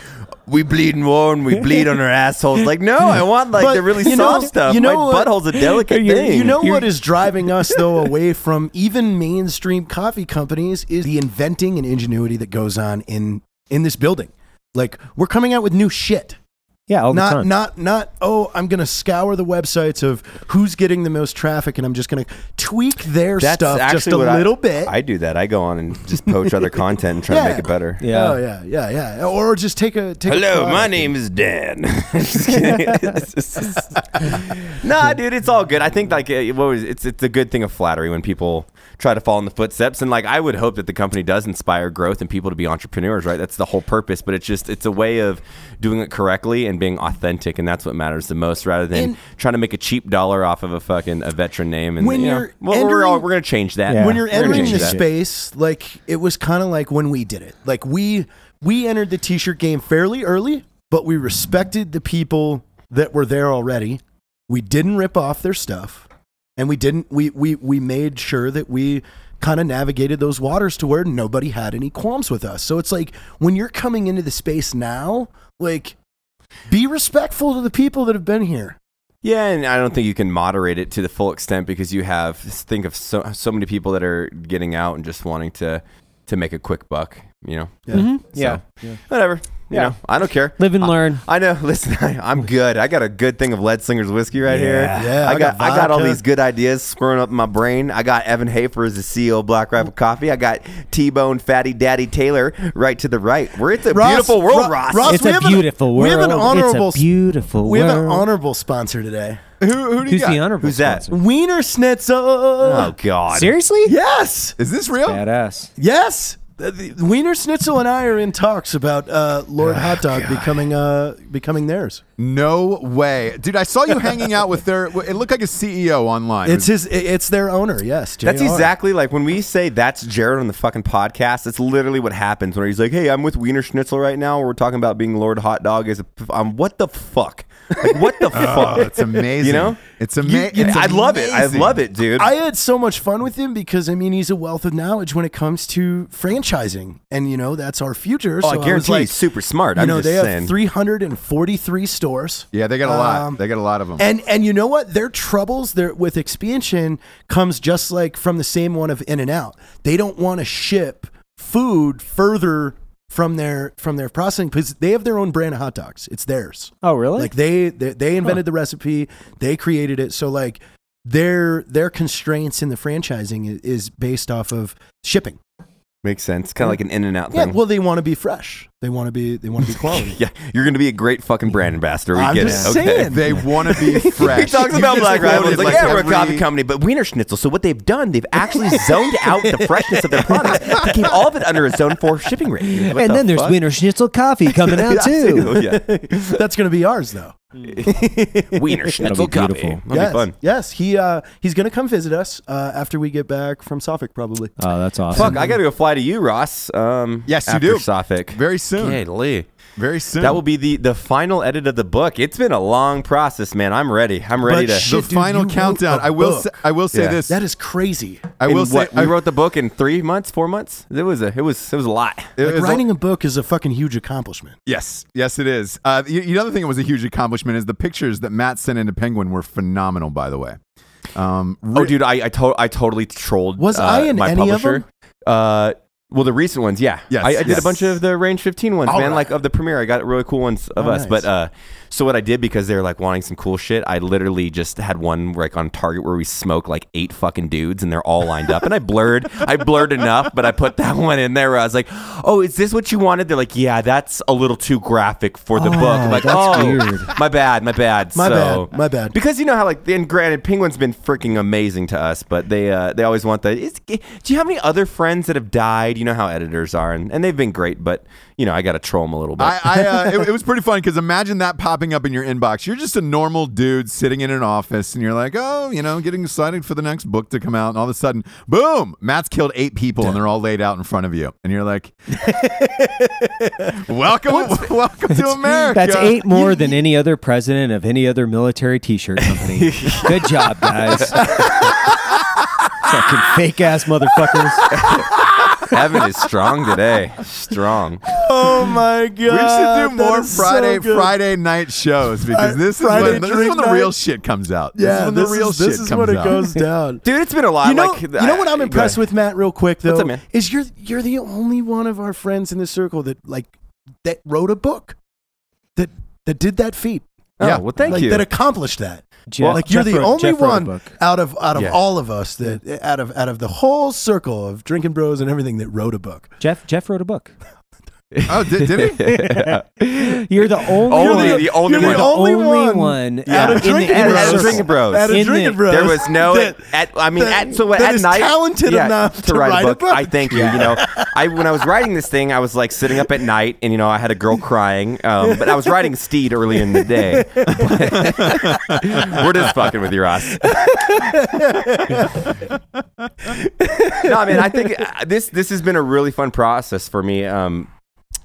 Speaker 2: we bleed in war and we bleed on our assholes. Like no, I want like
Speaker 4: But
Speaker 2: the really
Speaker 4: you know-
Speaker 2: soft stuff.
Speaker 4: you know
Speaker 2: My
Speaker 4: what-
Speaker 2: butthole's a delicate
Speaker 5: you-
Speaker 2: thing.
Speaker 4: You know what is driving us though away from even mainstream coffee companies is the inventing and ingenuity that goes on in in this building. Like we're coming out with new shit.
Speaker 5: yeah, all the
Speaker 4: Not
Speaker 5: time.
Speaker 4: not not oh, I'm going to scour the websites of who's getting the most traffic and I'm just going to tweak their stuff just a
Speaker 2: what I-
Speaker 4: little bit.
Speaker 2: I do that. I go on and just poach other content and try to make it better.
Speaker 5: Yeah.
Speaker 4: Oh yeah, yeah, yeah. Or just take a take a
Speaker 2: Hello,
Speaker 4: product.
Speaker 2: my name is Dan. Just kidding. nah, dude, it's all good. I think like uh, what was it's it's a good thing of flattery when people try to follow in the footsteps, and like I would hope that the company does inspire growth and people to be entrepreneurs, right? That's the whole purpose. But it's just it's a way of doing it correctly and being authentic, and that's what matters the most, rather than
Speaker 4: And-
Speaker 2: trying to make a cheap dollar off of a fucking a veteran name. And
Speaker 4: When
Speaker 2: you know,
Speaker 4: you're
Speaker 2: well, we're all,
Speaker 4: entering-
Speaker 2: we're gonna change that
Speaker 5: Yeah.
Speaker 4: when you're
Speaker 2: We're gonna
Speaker 4: entering
Speaker 2: change
Speaker 4: the
Speaker 2: that.
Speaker 4: space, like it was kind of like when we did it. Like we we entered the t-shirt game fairly early, but we respected the people that were there already. We didn't rip off their stuff, and we didn't. We we we made sure that we kind of navigated those waters to where nobody had any qualms with us. So it's like when you're coming into the space now, like be respectful to the people that have been here.
Speaker 2: Yeah, and I don't think you can moderate it to the full extent because you have think of so so many people that are getting out and just wanting to to make a quick buck. You know,
Speaker 4: Yeah.
Speaker 5: Yeah.
Speaker 2: So, whatever. You
Speaker 5: Yeah.
Speaker 2: know, I don't care.
Speaker 5: Live and
Speaker 2: I-
Speaker 5: learn.
Speaker 2: I know. Listen, I, am good. I got a good thing of lead slinger's whiskey right here.
Speaker 4: Yeah,
Speaker 2: I
Speaker 4: I
Speaker 2: got
Speaker 4: got
Speaker 2: I got all
Speaker 4: vodka.
Speaker 2: these good ideas swirling up in my brain. I got Evan Hafer as the CEO of Black Rifle Coffee. I got T Bone Fatty Daddy Taylor right to the right. We're it's a
Speaker 4: Ross-
Speaker 2: beautiful world,
Speaker 4: Ro-
Speaker 2: Ross.
Speaker 4: Ross-
Speaker 5: it's
Speaker 4: we
Speaker 5: a
Speaker 4: have an-
Speaker 5: beautiful world.
Speaker 4: we have an honorable
Speaker 5: It's
Speaker 4: s-
Speaker 5: a beautiful
Speaker 4: We have an
Speaker 5: world.
Speaker 4: honorable sponsor today.
Speaker 3: Who, who do you
Speaker 5: Who's
Speaker 3: got?
Speaker 5: the honorable?
Speaker 2: Who's that?
Speaker 5: sponsor?
Speaker 4: Wiener Schnitzel.
Speaker 2: oh God.
Speaker 5: Seriously?
Speaker 4: Yes.
Speaker 3: Is this real?
Speaker 5: Badass.
Speaker 4: Yes. The- the-
Speaker 2: Oh,
Speaker 4: Wiener Schnitzel and I are in talks about uh, Lord Hot Dog becoming uh, becoming theirs.
Speaker 3: No way, dude! I saw you hanging out with their. It looked like a CEO online.
Speaker 4: It's his. It's their owner. Yes,
Speaker 2: That's
Speaker 4: JR.
Speaker 2: exactly like when we say that's Jared on the fucking podcast. That's literally what happens when he's like, "Hey, I'm with Wiener Schnitzel right now. We're talking about being Lord Hot Dog." Is um, what the fuck? Like, what the fuck?
Speaker 3: Oh, it's amazing.
Speaker 2: You know,
Speaker 3: it's, ama-
Speaker 2: You-
Speaker 3: it's
Speaker 2: I love it. I
Speaker 3: amazing.
Speaker 2: love it, dude.
Speaker 4: I had so much fun with him because I mean he's a wealth of knowledge when it comes to franchising, and you know that's our future.
Speaker 2: oh,
Speaker 4: so
Speaker 2: I
Speaker 4: was
Speaker 2: guarantee he's
Speaker 4: like,
Speaker 2: super smart.
Speaker 4: You
Speaker 2: I'm
Speaker 4: know
Speaker 2: just
Speaker 4: they
Speaker 2: saying.
Speaker 4: have 343 stores.
Speaker 3: Yeah, they got a lot.
Speaker 4: Um,
Speaker 3: they got a lot of them.
Speaker 4: And and you know what? Their troubles their, with expansion comes just like from the same one of In and Out. They don't want to ship food further from their from their processing because they have their own brand of hot dogs. It's theirs.
Speaker 5: Oh, really?
Speaker 4: Like they they, they invented the recipe, they created it. So like their their constraints in the franchising is, is based off of shipping.
Speaker 2: Makes sense. Kind of like an in and out
Speaker 4: Yeah,
Speaker 2: thing.
Speaker 4: well they want to be fresh. They want to be they want to be quality.
Speaker 2: yeah, you're gonna be a great fucking brand ambassador. We
Speaker 4: I'm
Speaker 2: get
Speaker 4: just
Speaker 2: it. Okay.
Speaker 4: saying.
Speaker 3: they want to be fresh.
Speaker 2: He talks
Speaker 3: You
Speaker 2: about
Speaker 3: just
Speaker 2: Black Rifle.
Speaker 3: quoted
Speaker 2: It's like,
Speaker 3: like
Speaker 2: yeah, we're a
Speaker 3: every-
Speaker 2: coffee company, but Wiener Schnitzel. So what they've done, they've actually zoned out the freshness of their product. They keep all of it under a zone four shipping rate. What
Speaker 5: and
Speaker 2: the
Speaker 5: then there's
Speaker 2: fuck? oh,
Speaker 5: Wiener Schnitzel coffee coming out too.
Speaker 2: Yeah.
Speaker 4: That's gonna be ours though.
Speaker 2: Wiener Schnitzel
Speaker 5: That'll be
Speaker 2: coffee.
Speaker 5: beautiful.
Speaker 2: That'll be
Speaker 4: yes.
Speaker 2: fun.
Speaker 4: Yes, he uh, he's gonna come visit us uh, after we get back from Suffolk, probably.
Speaker 5: Oh, that's awesome.
Speaker 2: Fuck, I gotta go fly to you, Ross. Um,
Speaker 3: Yes, you
Speaker 2: after
Speaker 3: do.
Speaker 2: Suffolk
Speaker 3: Very soon.
Speaker 2: Golly.
Speaker 3: Very soon.
Speaker 2: That will be the the final edit of the book. It's been a long process, man. I'm ready. I'm ready
Speaker 4: But
Speaker 2: to.
Speaker 4: sh-
Speaker 3: the
Speaker 4: Shit, dude,
Speaker 3: final
Speaker 4: you wrote
Speaker 3: countdown.
Speaker 4: a
Speaker 3: I will.
Speaker 4: book.
Speaker 3: Say, I will say
Speaker 2: Yeah.
Speaker 3: this.
Speaker 4: that is crazy.
Speaker 3: I will
Speaker 2: in
Speaker 3: say.
Speaker 2: what, we
Speaker 3: I-
Speaker 2: wrote the book in three months, four months. It was a, it was, it was a lot.
Speaker 3: it
Speaker 4: Like
Speaker 3: was-
Speaker 4: writing a book is a fucking huge accomplishment.
Speaker 3: Yes, yes, it is. Uh, the, the other thing that was a huge accomplishment is the pictures that Matt sent into Penguin were phenomenal. By the way, um,
Speaker 2: Oh,
Speaker 3: re-
Speaker 2: dude, I I, to- I totally trolled.
Speaker 4: Was
Speaker 2: uh,
Speaker 4: I in
Speaker 2: my
Speaker 4: any of
Speaker 2: publisher.
Speaker 4: them?
Speaker 2: Uh, well, the recent ones, yeah.
Speaker 3: Yes,
Speaker 2: I, I did
Speaker 3: yes.
Speaker 2: a bunch of the Range 15 ones,
Speaker 4: All
Speaker 2: man.
Speaker 4: right.
Speaker 2: Like of the premiere, I got really cool ones of
Speaker 4: Oh,
Speaker 2: us.
Speaker 4: nice.
Speaker 2: But uh, so what I did because they were like wanting some cool shit, I literally just had one like on Target where we smoke like eight fucking dudes and they're all lined up. And I blurred, I blurred enough, but I put that one in there where I was like, "Oh, is this what you wanted?" They're like, "Yeah, that's a little too graphic for the book." I'm like,
Speaker 5: that's
Speaker 2: "Oh,
Speaker 5: weird.
Speaker 2: my bad, my bad,
Speaker 4: My
Speaker 2: so,
Speaker 4: bad, my bad.
Speaker 2: because you know how like and granted penguin's been freaking amazing to us but they uh they always want the it's, do you have any other friends that have died you know how editors are and, and they've been great but you know i gotta troll them a little bit
Speaker 3: I, I uh, it, it was pretty fun because imagine that popping up in your inbox. You're just a normal dude sitting in an office, and you're like, oh, you know, getting excited for the next book to come out, and all of a sudden, boom! Matt's killed eight people, and they're all laid out in front of you, and you're like, welcome, welcome to America.
Speaker 5: That's eight more than any other president of any other military T-shirt company. Good job, guys. Fucking fake ass motherfuckers.
Speaker 2: evan is strong today strong
Speaker 4: Oh my god!
Speaker 3: We should do more Friday Friday night shows because
Speaker 4: Uh,
Speaker 3: this is,
Speaker 4: Friday
Speaker 3: when, this is
Speaker 4: drink
Speaker 3: when the real
Speaker 4: night?
Speaker 3: shit comes out. this is
Speaker 4: Yeah,
Speaker 3: when the real shit
Speaker 4: this is
Speaker 3: comes
Speaker 4: when it
Speaker 3: out.
Speaker 4: goes down.
Speaker 2: dude it's been a lot
Speaker 4: You know,
Speaker 2: like
Speaker 4: you know what I'm impressed with, Matt. Real quick though,
Speaker 2: up, man?
Speaker 4: is you're you're the only one of our friends in the circle that like that wrote a book that that did that feat.
Speaker 2: oh,
Speaker 3: Yeah.
Speaker 2: well thank
Speaker 4: like,
Speaker 2: you
Speaker 4: That accomplished that.
Speaker 5: Jeff-
Speaker 4: like you're
Speaker 5: Jeff
Speaker 4: the
Speaker 5: wrote-
Speaker 4: only
Speaker 5: Jeff wrote a
Speaker 4: one
Speaker 5: book.
Speaker 4: out of out of
Speaker 2: Yeah.
Speaker 4: all of us that out of out of the whole circle of drinking bros and everything that wrote a book.
Speaker 5: Jeff Jeff wrote a book.
Speaker 3: Oh, did, did it?
Speaker 5: You're the only,
Speaker 2: Only
Speaker 5: one,
Speaker 2: the only
Speaker 5: you're
Speaker 2: one.
Speaker 5: The only, one,
Speaker 4: Out of
Speaker 5: in the
Speaker 4: drinking
Speaker 5: inner
Speaker 4: bros.
Speaker 2: At
Speaker 5: circle.
Speaker 2: Drinking Bros.
Speaker 4: Out of
Speaker 5: In
Speaker 4: drinking
Speaker 5: the-
Speaker 4: bros.
Speaker 2: There was no
Speaker 4: that-
Speaker 2: at, I mean
Speaker 4: that-
Speaker 2: at so
Speaker 4: that
Speaker 2: at
Speaker 4: is
Speaker 2: night
Speaker 4: talented enough to write a book.
Speaker 2: I thank you. You know, I when I was writing this thing, I was like sitting up at night, and you know, I had a girl crying. Um, but I was writing Steed early in the day. We're just fucking with you, Ross. no, I mean, I think uh, this this has been a really fun process for me. Um,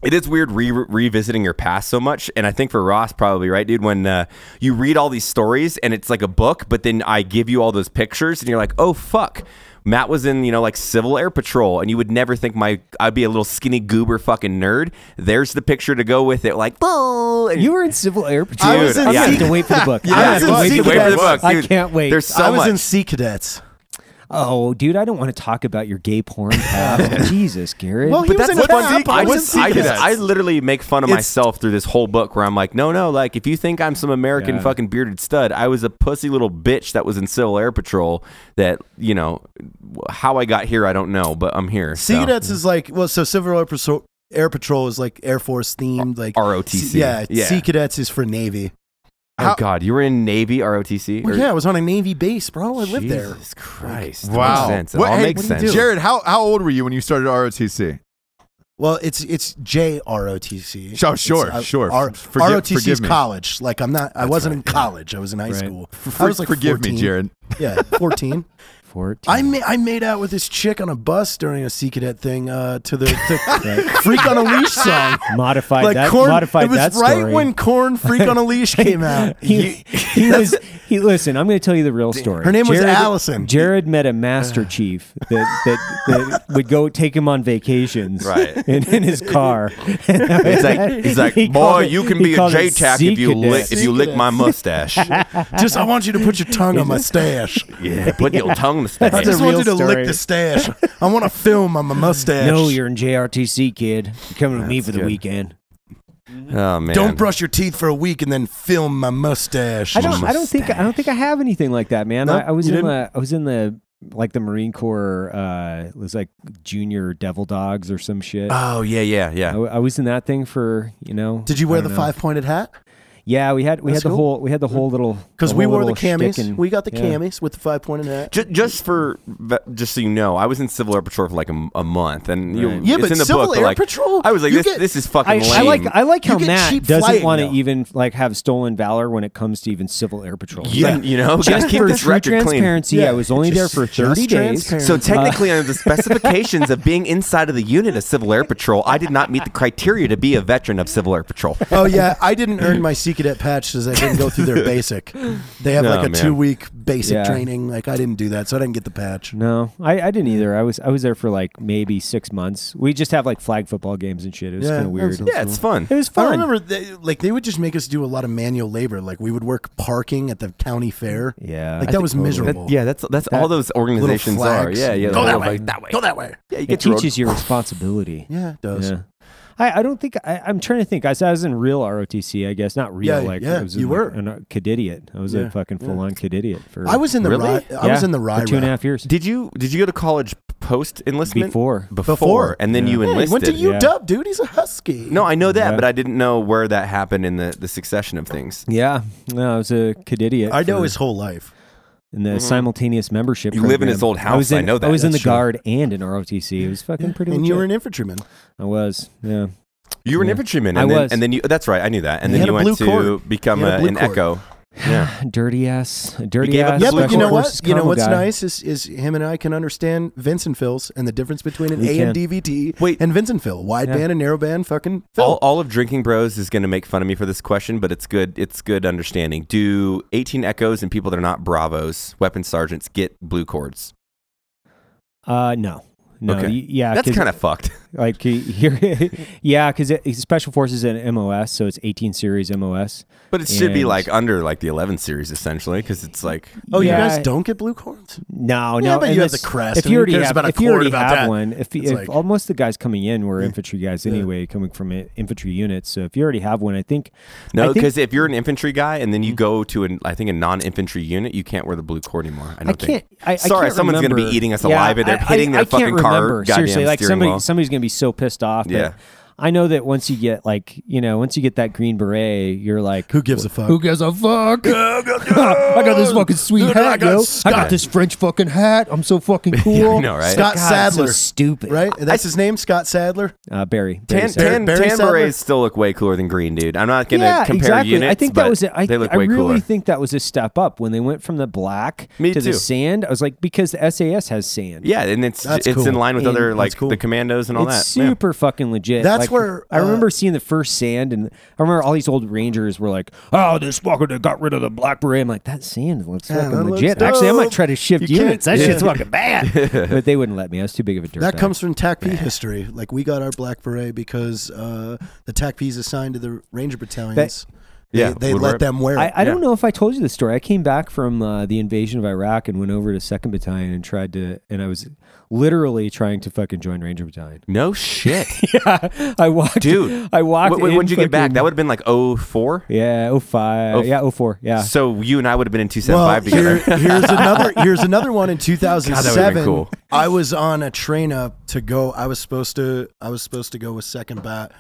Speaker 2: it is weird re- revisiting your past so much, and I think for Ross probably right, dude. When uh, you read all these stories and it's like a book, but then I give you all those pictures, and you're like, oh fuck. Matt was in, you know, like Civil Air Patrol, and you would never think my I'd be a little skinny goober fucking nerd. There's the picture to go with it, like, oh, and
Speaker 5: You were in Civil Air Patrol.
Speaker 2: I was in
Speaker 5: I'm gonna have
Speaker 2: Secret-
Speaker 5: to wait for the book.
Speaker 3: Yeah,
Speaker 5: I'm
Speaker 2: yeah,
Speaker 5: gonna
Speaker 2: dude,
Speaker 5: have to
Speaker 2: wait
Speaker 5: wait,
Speaker 2: for the book.
Speaker 5: I
Speaker 2: dude.
Speaker 5: can't wait.
Speaker 2: There's so
Speaker 4: I was
Speaker 2: much.
Speaker 4: in Sea Cadets.
Speaker 5: Oh, dude, I don't want to talk about your gay porn past. Jesus, Garrett.
Speaker 4: Well, he was in
Speaker 2: what's
Speaker 4: camp.
Speaker 2: secret.
Speaker 4: I
Speaker 2: I,
Speaker 4: was
Speaker 2: just,
Speaker 4: in
Speaker 2: I,
Speaker 4: secret.
Speaker 2: just- I literally make fun of
Speaker 4: It's-
Speaker 2: myself through this whole book where I'm like, no, no, like if you think I'm some American
Speaker 5: Yeah.
Speaker 2: fucking bearded stud, I was a pussy little bitch that was in Civil Air Patrol. That you know how I got here, I don't know, but I'm here.
Speaker 4: Sea
Speaker 2: so.
Speaker 4: Cadets is like well, so Civil Air Patrol, Air Patrol is like Air Force themed, like
Speaker 2: ROTC.
Speaker 4: Yeah,
Speaker 2: Yeah.
Speaker 4: Sea Cadets is for Navy.
Speaker 2: Oh God, you were in Navy ROTC.
Speaker 4: Well,
Speaker 2: Or-
Speaker 4: yeah, I was on a Navy base, bro. I lived there.
Speaker 2: Jesus Christ! That
Speaker 3: Wow.
Speaker 2: makes sense. It
Speaker 3: What-
Speaker 2: all
Speaker 3: hey,
Speaker 2: makes
Speaker 3: what do you
Speaker 2: sense.
Speaker 3: do? Jared, how, how old were you when you started ROTC?
Speaker 4: Well, it's it's J R O T C.
Speaker 5: oh,
Speaker 4: uh,
Speaker 3: Sure, sure, sure.
Speaker 4: R
Speaker 3: Forgive-
Speaker 4: O T C
Speaker 3: forgive
Speaker 4: is
Speaker 3: me.
Speaker 4: college. Like I'm not. I wasn't in college. I was in high school. I was like
Speaker 3: forgive
Speaker 4: 14.
Speaker 3: me, Jared.
Speaker 4: Yeah, fourteen.
Speaker 5: 14.
Speaker 4: I ma- I made out with this chick on a bus during a Sea Cadet thing uh, to the, to Freak on a Leash song.
Speaker 5: modified
Speaker 4: Like
Speaker 5: that.
Speaker 4: corn,
Speaker 5: modified
Speaker 4: it was
Speaker 5: that
Speaker 4: right
Speaker 5: story.
Speaker 4: when Corn Freak on a Leash came out.
Speaker 5: he, he was he listen i'm going to tell you the real story
Speaker 4: Her name was Allison.
Speaker 5: jared met a master chief that, that, that would go take him on vacations
Speaker 2: Right.
Speaker 5: in, in his car
Speaker 2: He's like, he's like,
Speaker 5: He
Speaker 2: boy,
Speaker 5: called it-
Speaker 2: you can
Speaker 5: he
Speaker 2: be a
Speaker 5: called it
Speaker 2: J-Tac if you
Speaker 5: Zika
Speaker 2: lick
Speaker 5: dance.
Speaker 2: if you lick my mustache.
Speaker 4: Just I want you to put your tongue on my stash.
Speaker 2: yeah, put your tongue in the stash.
Speaker 4: I
Speaker 5: That's a
Speaker 4: just want
Speaker 5: real
Speaker 4: you to lick
Speaker 5: story.
Speaker 4: the stash. I want to film on my mustache.
Speaker 5: no you're in jrtc kid you're coming with me for the weekend
Speaker 2: Oh man,
Speaker 4: Don't brush your teeth for a week and then film my mustache.
Speaker 5: I don't, I don't think I don't think I have anything like that, man.
Speaker 4: No,
Speaker 5: I, I was
Speaker 4: you
Speaker 5: in
Speaker 4: didn't?
Speaker 5: the I was in the like the Marine Corps uh it was like junior devil dogs or some shit.
Speaker 2: Oh yeah, yeah,
Speaker 5: I,
Speaker 2: yeah.
Speaker 5: I was in that thing for, you know.
Speaker 4: Ah. Did you wear
Speaker 5: I
Speaker 4: the
Speaker 5: don't know.
Speaker 4: five pointed hat?
Speaker 5: Yeah, we had we
Speaker 4: That's
Speaker 5: had the
Speaker 4: cool.
Speaker 5: whole we had the whole little
Speaker 4: Because
Speaker 5: the
Speaker 4: we
Speaker 5: whole
Speaker 4: wore the
Speaker 5: little
Speaker 4: camis.
Speaker 5: shtick and-
Speaker 4: we got the
Speaker 5: yeah.
Speaker 4: camis with the five pointed hat.
Speaker 2: Ju- Just for, just so you know, I was in Civil Air Patrol for like a, m- a month, and you,
Speaker 5: Right.
Speaker 4: Yeah,
Speaker 2: it's
Speaker 4: but
Speaker 2: in the
Speaker 4: Civil
Speaker 2: book.
Speaker 4: Air
Speaker 2: but like,
Speaker 4: Patrol,
Speaker 2: I was like,
Speaker 4: you
Speaker 2: this,
Speaker 4: get-
Speaker 2: this is
Speaker 5: I,
Speaker 2: fucking
Speaker 5: I
Speaker 2: lame.
Speaker 5: like I like
Speaker 4: You
Speaker 5: how
Speaker 4: get
Speaker 5: Matt
Speaker 4: cheap
Speaker 5: doesn't
Speaker 4: flying,
Speaker 5: want to
Speaker 4: though.
Speaker 5: even like have stolen valor when it comes to even civil air patrol.
Speaker 2: yeah,
Speaker 5: Like,
Speaker 2: you know, gotta
Speaker 5: just
Speaker 2: keep
Speaker 5: for
Speaker 2: this
Speaker 5: true
Speaker 2: record clean.
Speaker 5: transparency, I was only
Speaker 4: Just-
Speaker 5: there for
Speaker 4: just
Speaker 5: thirty days. Uh,
Speaker 4: transparent.
Speaker 2: So technically, under the specifications of being inside of the unit of Civil Air Patrol, I did not meet the criteria to be a veteran of Civil Air Patrol.
Speaker 4: Oh yeah, I didn't earn my Sea Cadet patch because I didn't go through their basic. They have
Speaker 2: No,
Speaker 4: like a
Speaker 2: man.
Speaker 4: two week basic
Speaker 5: Yeah.
Speaker 4: training. Like I didn't do that, so I didn't get the patch.
Speaker 5: No, I, I didn't either. I was I was there for like maybe six months. We just have like flag football games and shit. It was
Speaker 4: Yeah,
Speaker 5: kind of weird.
Speaker 4: that's-
Speaker 2: Yeah, it's fun.
Speaker 5: It was fun.
Speaker 4: I remember, they, like they would just make us do a lot of manual labor. Like we would work parking at the county fair.
Speaker 5: Yeah,
Speaker 4: like that
Speaker 5: I think
Speaker 4: was
Speaker 5: totally.
Speaker 4: miserable.
Speaker 2: yeah, that's that's all those organizations are.
Speaker 4: flags.
Speaker 2: Yeah, yeah.
Speaker 4: Go
Speaker 2: the
Speaker 4: that
Speaker 2: whole,
Speaker 4: way,
Speaker 2: like-
Speaker 4: that way, go that way.
Speaker 2: Yeah, you
Speaker 5: it
Speaker 2: get your
Speaker 5: teaches you responsibility.
Speaker 4: Yeah, it does.
Speaker 5: Yeah. I, I don't think I, I'm trying to think. I, s- I was in real ROTC, I guess, not real.
Speaker 4: Yeah,
Speaker 5: like
Speaker 4: yeah,
Speaker 5: I was
Speaker 4: you
Speaker 5: in, like,
Speaker 4: were.
Speaker 5: an, a kid idiot. I was
Speaker 4: Yeah,
Speaker 5: a fucking full on kid idiot for.
Speaker 4: I was in the
Speaker 2: Really?
Speaker 4: Ry- I was
Speaker 5: yeah,
Speaker 4: in the
Speaker 5: for two and a
Speaker 4: Ryra.
Speaker 5: half years
Speaker 2: Did you did you go to college post enlistment?
Speaker 5: before.
Speaker 2: before,
Speaker 4: Before.
Speaker 2: and then you
Speaker 4: Yeah, he
Speaker 2: enlisted.
Speaker 4: went to
Speaker 5: yeah.
Speaker 4: UW, dude. He's a husky.
Speaker 2: No, I know that,
Speaker 5: Yeah.
Speaker 2: but I didn't know where that happened in the, the succession of things.
Speaker 5: Yeah, no, I was a kid idiot.
Speaker 4: I know Mm-hmm.
Speaker 5: for-
Speaker 4: his whole life.
Speaker 5: in the simultaneous membership.
Speaker 2: You live in
Speaker 5: program.
Speaker 2: his old
Speaker 5: I
Speaker 2: house,
Speaker 5: was
Speaker 2: I
Speaker 5: in,
Speaker 2: know that.
Speaker 5: I was in the
Speaker 2: That's true.
Speaker 5: guard and in ROTC. It was fucking pretty.
Speaker 4: and you were
Speaker 5: legit.
Speaker 4: an infantryman.
Speaker 5: I was. Yeah.
Speaker 2: You were an
Speaker 5: Yeah.
Speaker 2: infantryman, and
Speaker 5: I
Speaker 2: then,
Speaker 5: was.
Speaker 2: and then you. That's right, I knew that. And
Speaker 4: He
Speaker 2: then
Speaker 4: had
Speaker 2: you
Speaker 4: a
Speaker 2: went
Speaker 4: blue
Speaker 2: to
Speaker 4: cord.
Speaker 2: become
Speaker 4: He had a
Speaker 2: a,
Speaker 4: blue
Speaker 2: an
Speaker 4: cord.
Speaker 2: echo. Yeah,
Speaker 5: Dirty ass. Dirty
Speaker 2: gave up
Speaker 5: ass.
Speaker 2: the
Speaker 4: Yeah,
Speaker 2: blue
Speaker 4: but
Speaker 5: special
Speaker 4: you know
Speaker 5: forces
Speaker 4: what? You know
Speaker 5: combo
Speaker 4: what's
Speaker 5: guy.
Speaker 4: nice is is him and I can understand Vincent Phil's and the difference between an
Speaker 5: We
Speaker 4: A and
Speaker 5: can.
Speaker 4: DVT
Speaker 2: Wait.
Speaker 4: and Vincent Phil, wide
Speaker 5: Yeah.
Speaker 4: band and narrow band, fucking Phil.
Speaker 2: All, all of drinking bros is going to make fun of me for this question, but it's good. It's good understanding. Do eighteen echoes and people that are not bravos, weapon sergeants, get blue cords?
Speaker 5: Uh, no. No,
Speaker 2: Okay.
Speaker 5: y- yeah,
Speaker 2: that's kind of fucked.
Speaker 5: like y- you're, yeah, because special forces and MOS, so it's 18 series MOS.
Speaker 2: But it should be
Speaker 5: And-
Speaker 2: like under like the eleven series essentially, because it's like
Speaker 4: oh,
Speaker 5: yeah.
Speaker 4: you guys don't get blue cords?
Speaker 5: No,
Speaker 4: Yeah,
Speaker 5: no.
Speaker 4: but
Speaker 5: and
Speaker 4: you have
Speaker 5: this-
Speaker 4: the crest,
Speaker 5: If
Speaker 4: and
Speaker 5: you
Speaker 4: who
Speaker 5: already
Speaker 4: cares
Speaker 5: have,
Speaker 4: about a
Speaker 5: if you
Speaker 4: cord
Speaker 5: already
Speaker 4: about
Speaker 5: have
Speaker 4: that?
Speaker 5: one, if,
Speaker 4: It's
Speaker 5: if
Speaker 4: like-
Speaker 5: all- most of the guys coming in were infantry guys anyway, coming from i- infantry units. So if you already have one, I think
Speaker 2: No,
Speaker 5: I think- Mm.
Speaker 2: because if you're an infantry guy and then you go to an, I think a non-infantry unit, you can't wear the blue cord anymore. I don't
Speaker 5: I can't.
Speaker 2: think.
Speaker 5: I, I
Speaker 2: Sorry,
Speaker 5: can't
Speaker 2: someone's gonna be
Speaker 5: remember.
Speaker 2: eating us alive and they're hitting their
Speaker 5: I can't
Speaker 2: fucking car
Speaker 5: remember.
Speaker 2: goddamn
Speaker 5: Seriously, like
Speaker 2: steering
Speaker 5: somebody,
Speaker 2: wheel.
Speaker 5: somebody's gonna be so pissed off. but
Speaker 2: Yeah.
Speaker 5: I know that once you get like you know once you get that green beret, you're like
Speaker 4: Who gives a fuck?
Speaker 6: Who gives a fuck? I got this fucking sweet
Speaker 4: Dude, I
Speaker 6: hat,
Speaker 4: got
Speaker 6: yo. I
Speaker 4: Scott.
Speaker 6: got this French fucking hat. I'm so fucking cool.
Speaker 2: Yeah, I know, right?
Speaker 4: Scott
Speaker 5: God, it's so
Speaker 4: Sadler.
Speaker 5: stupid,
Speaker 4: right? That's his name, Scott Sadler.
Speaker 5: Uh, Barry. Barry
Speaker 2: Tan,
Speaker 5: Sanders.
Speaker 2: tan,
Speaker 4: Barry
Speaker 2: tan
Speaker 4: Sandler?
Speaker 2: berets still look way cooler than green, dude. I'm not gonna
Speaker 5: yeah,
Speaker 2: compare
Speaker 5: exactly.
Speaker 2: units.
Speaker 5: I think that
Speaker 2: but
Speaker 5: was. A, I,
Speaker 2: they look
Speaker 5: I
Speaker 2: way
Speaker 5: really
Speaker 2: cooler.
Speaker 5: think that was a step up when they went from the black
Speaker 2: Me
Speaker 5: to
Speaker 2: too.
Speaker 5: the sand. I was like, because the SAS has sand.
Speaker 2: yeah, and it's
Speaker 4: That's
Speaker 2: it's
Speaker 4: cool.
Speaker 2: in line with
Speaker 5: And
Speaker 2: other
Speaker 5: that's
Speaker 2: like
Speaker 4: cool.
Speaker 2: the commandos and all
Speaker 5: It's
Speaker 2: that.
Speaker 5: super fucking legit.
Speaker 4: That's
Speaker 5: Like,
Speaker 4: where,
Speaker 5: I
Speaker 4: uh,
Speaker 5: remember seeing the first sand, and I remember all these old rangers were like, "Oh, this fucker that got rid of the black beret." I'm like, "That sand looks
Speaker 4: Yeah, that
Speaker 5: fucking
Speaker 4: looks
Speaker 5: legit." Actually, I
Speaker 4: dope.
Speaker 5: might try to shift
Speaker 4: You can't-
Speaker 5: units. That
Speaker 4: yeah.
Speaker 5: shit's fucking bad, but they wouldn't let me. I was too big of a dirtbag.
Speaker 4: That comes from TACP history. Like we got our black beret because uh, the TACP is assigned to the Ranger battalions. They,
Speaker 2: Yeah,
Speaker 4: they
Speaker 2: would wear
Speaker 4: let
Speaker 2: it.
Speaker 4: them wear it.
Speaker 5: I, I don't know if I told you this story. I came back from uh, the invasion of Iraq and went over to Second Battalion and tried to, and I was literally trying to fucking join Ranger Battalion.
Speaker 2: No shit,
Speaker 5: yeah, I walked,
Speaker 2: dude.
Speaker 5: I walked.
Speaker 2: Wh- wh-
Speaker 5: in
Speaker 2: when'd you get back?
Speaker 5: fucking-
Speaker 2: That would have been like 04?
Speaker 5: yeah, oh five,
Speaker 2: Oh,
Speaker 5: yeah, oh four, yeah.
Speaker 2: So you and I would have been in two seven
Speaker 4: well,
Speaker 2: five together.
Speaker 4: here- here's another here's another one in 2007.
Speaker 2: cool.
Speaker 4: I was on a train up to go. I was supposed to I was supposed to go with second bat.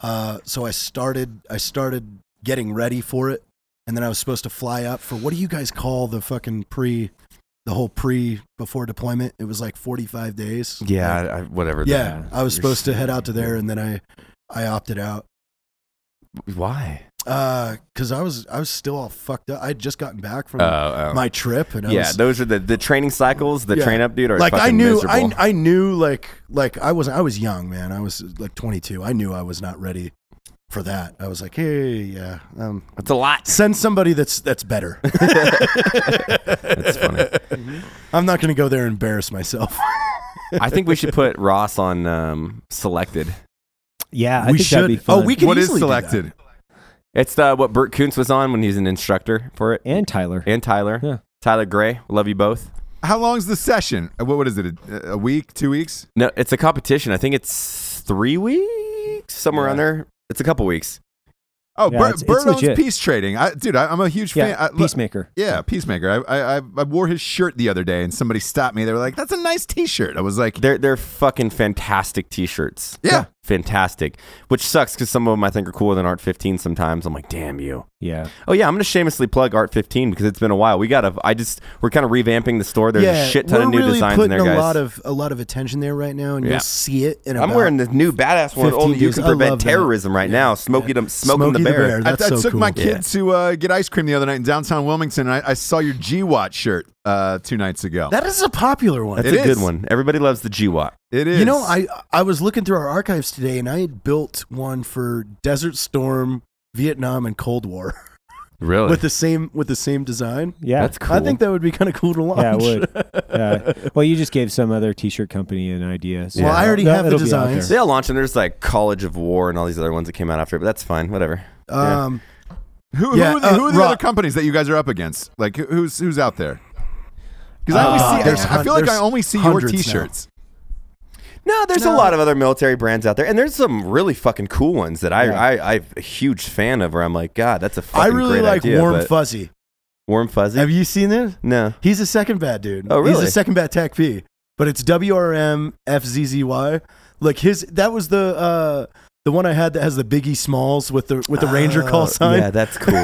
Speaker 4: Uh, so I started I started getting ready for it, and then I was supposed to fly up for what do you guys call the fucking pre the whole pre before deployment. It was like 45 days.
Speaker 2: Yeah, I, I, whatever. the-
Speaker 4: yeah. I was
Speaker 2: you're
Speaker 4: supposed to
Speaker 2: shit.
Speaker 4: head out to there, and then I I opted out
Speaker 2: Why?
Speaker 4: because I was I was still all fucked up. I had just gotten back from
Speaker 2: Uh,
Speaker 4: my trip, and I
Speaker 2: yeah,
Speaker 4: was,
Speaker 2: those are the, the training cycles. The
Speaker 4: Yeah.
Speaker 2: train up, dude, are
Speaker 4: like I
Speaker 2: fucking
Speaker 4: knew I,
Speaker 2: miserable.
Speaker 4: I knew like like I wasn't I was young man I was like 22 I knew I was not ready for that I was like hey yeah um
Speaker 2: That's a lot.
Speaker 4: send somebody that's that's better
Speaker 2: That's funny.
Speaker 4: I'm not gonna go there and embarrass myself
Speaker 2: I think we should put Ross on um, selected.
Speaker 5: Yeah, I
Speaker 4: we
Speaker 5: think that'd be
Speaker 4: should
Speaker 5: fun.
Speaker 4: oh we can
Speaker 3: what is
Speaker 4: easily do that.
Speaker 3: selected?
Speaker 2: It's the, what Bert Koontz was on when he was an instructor for it,
Speaker 5: and Tyler.
Speaker 2: and Tyler,
Speaker 5: Yeah.
Speaker 2: Tyler Gray. Love you both.
Speaker 3: How long's the session? Uh, What, what is it? A, a week? Two weeks?
Speaker 2: No, it's a competition. I think it's three weeks somewhere on there. It's a couple weeks.
Speaker 3: Oh,
Speaker 5: Yeah,
Speaker 3: Bur-
Speaker 5: it's- it's
Speaker 3: Bird owns
Speaker 5: legit.
Speaker 3: peace trading. I, dude, I, I'm a huge
Speaker 5: Yeah,
Speaker 3: fan. I, look-
Speaker 5: Peacemaker.
Speaker 3: Yeah, Peacemaker. I, I I I wore his shirt the other day, and somebody stopped me. They were like, "That's a nice T-shirt." I was like,
Speaker 2: They're they're fucking fantastic t-shirts.
Speaker 3: Yeah.
Speaker 2: fantastic. Which sucks because some of them I think are cooler than Art 15. Sometimes I'm like, damn you.
Speaker 5: Yeah.
Speaker 2: Oh yeah, I'm gonna shamelessly plug Art 15 because it's been a while. We gotta. I just we're kind of revamping the store. There's
Speaker 4: yeah
Speaker 2: a shit ton
Speaker 4: we're
Speaker 2: of new
Speaker 4: really
Speaker 2: designs in
Speaker 4: putting
Speaker 2: there, guys.
Speaker 4: a lot of a lot of attention there right now and
Speaker 2: Yeah.
Speaker 4: you'll see it in
Speaker 2: I'm
Speaker 4: about-
Speaker 2: wearing the new badass one.
Speaker 4: 15
Speaker 2: Only you
Speaker 4: days.
Speaker 2: can
Speaker 4: I love
Speaker 2: prevent
Speaker 4: that.
Speaker 2: terrorism right now. Smoking them, smoking
Speaker 4: Smokey
Speaker 2: the bear.
Speaker 3: I,
Speaker 4: that's
Speaker 3: I
Speaker 4: so
Speaker 3: took
Speaker 4: cool.
Speaker 3: my kid
Speaker 2: Yeah.
Speaker 3: to uh, get ice cream the other night in downtown Wilmington, and I, I saw your G-Watt shirt uh, two nights ago.
Speaker 4: that is a popular one
Speaker 2: That's
Speaker 3: It
Speaker 2: a good
Speaker 3: is.
Speaker 2: one. Everybody loves the GWAT.
Speaker 3: it is.
Speaker 4: You know, I I was looking through our archives today, and I had built one for Desert Storm, Vietnam, and Cold War
Speaker 2: Really?
Speaker 4: with the same with the same design.
Speaker 5: Yeah.
Speaker 2: That's cool.
Speaker 4: I think that would be kind of cool to launch.
Speaker 5: Yeah, it would. Yeah. Well, you just gave some other t-shirt company an idea. So
Speaker 4: Well, I already
Speaker 5: that-
Speaker 4: have the
Speaker 5: it'll be out
Speaker 4: designs.
Speaker 5: there.
Speaker 2: they all launched, and there's like College of War and all these other ones that came out after, it, but that's fine. Whatever. Yeah.
Speaker 4: Um,
Speaker 3: who, who
Speaker 4: yeah,
Speaker 3: are the,
Speaker 4: uh,
Speaker 3: who are the
Speaker 4: Rob-
Speaker 3: other companies that you guys are up against? Like, who- who's who's out there? Because I only
Speaker 4: Uh,
Speaker 3: see.
Speaker 4: there's
Speaker 3: I, I
Speaker 4: hun-
Speaker 3: feel like I
Speaker 4: there's
Speaker 3: only see your
Speaker 4: hundreds now.
Speaker 3: T-shirts.
Speaker 2: No, there's a
Speaker 4: No.
Speaker 2: lot of other military brands out there, and there's some really fucking cool ones that I,
Speaker 5: Yeah.
Speaker 2: I I'm a huge fan of. Where I'm like, God, that's a fucking
Speaker 4: I really
Speaker 2: great
Speaker 4: like
Speaker 2: idea,
Speaker 4: Warm
Speaker 2: but-
Speaker 4: Fuzzy.
Speaker 2: Warm fuzzy.
Speaker 4: Have you seen it?
Speaker 2: no,
Speaker 4: He's a second bat dude.
Speaker 2: Oh,
Speaker 4: He's
Speaker 2: really?
Speaker 4: a second bat tac P. But it's WRM FZZY. Like his that was the uh the one I had that has the Biggie Smalls with the with the Ranger
Speaker 2: Oh,
Speaker 4: call sign.
Speaker 2: Yeah, that's cool.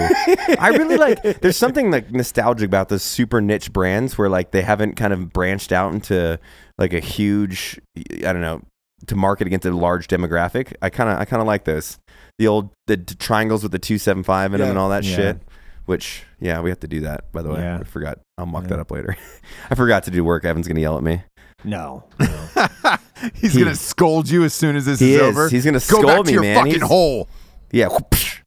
Speaker 2: I really like. There's something like nostalgic about those super niche brands where like they haven't kind of branched out into like a huge. I don't know to market against a large demographic. I kind of I kind of like those. The old the t- triangles with the two seven five in them
Speaker 4: Yeah.
Speaker 2: and all that
Speaker 5: Yeah.
Speaker 2: shit. Which yeah, we have to do that. By the way,
Speaker 5: Yeah.
Speaker 2: I forgot. I'll mock
Speaker 5: Yeah.
Speaker 2: that up later. I forgot to do work. Evan's gonna yell at me.
Speaker 5: No.
Speaker 3: He's
Speaker 2: He-
Speaker 3: gonna scold you as soon as this
Speaker 2: He
Speaker 3: is,
Speaker 2: is.
Speaker 3: over.
Speaker 2: He's gonna
Speaker 3: Go back
Speaker 2: scold
Speaker 3: to
Speaker 2: me,
Speaker 3: your
Speaker 2: man.
Speaker 3: fucking
Speaker 2: He's-
Speaker 3: hole.
Speaker 2: Yeah. whoopsh.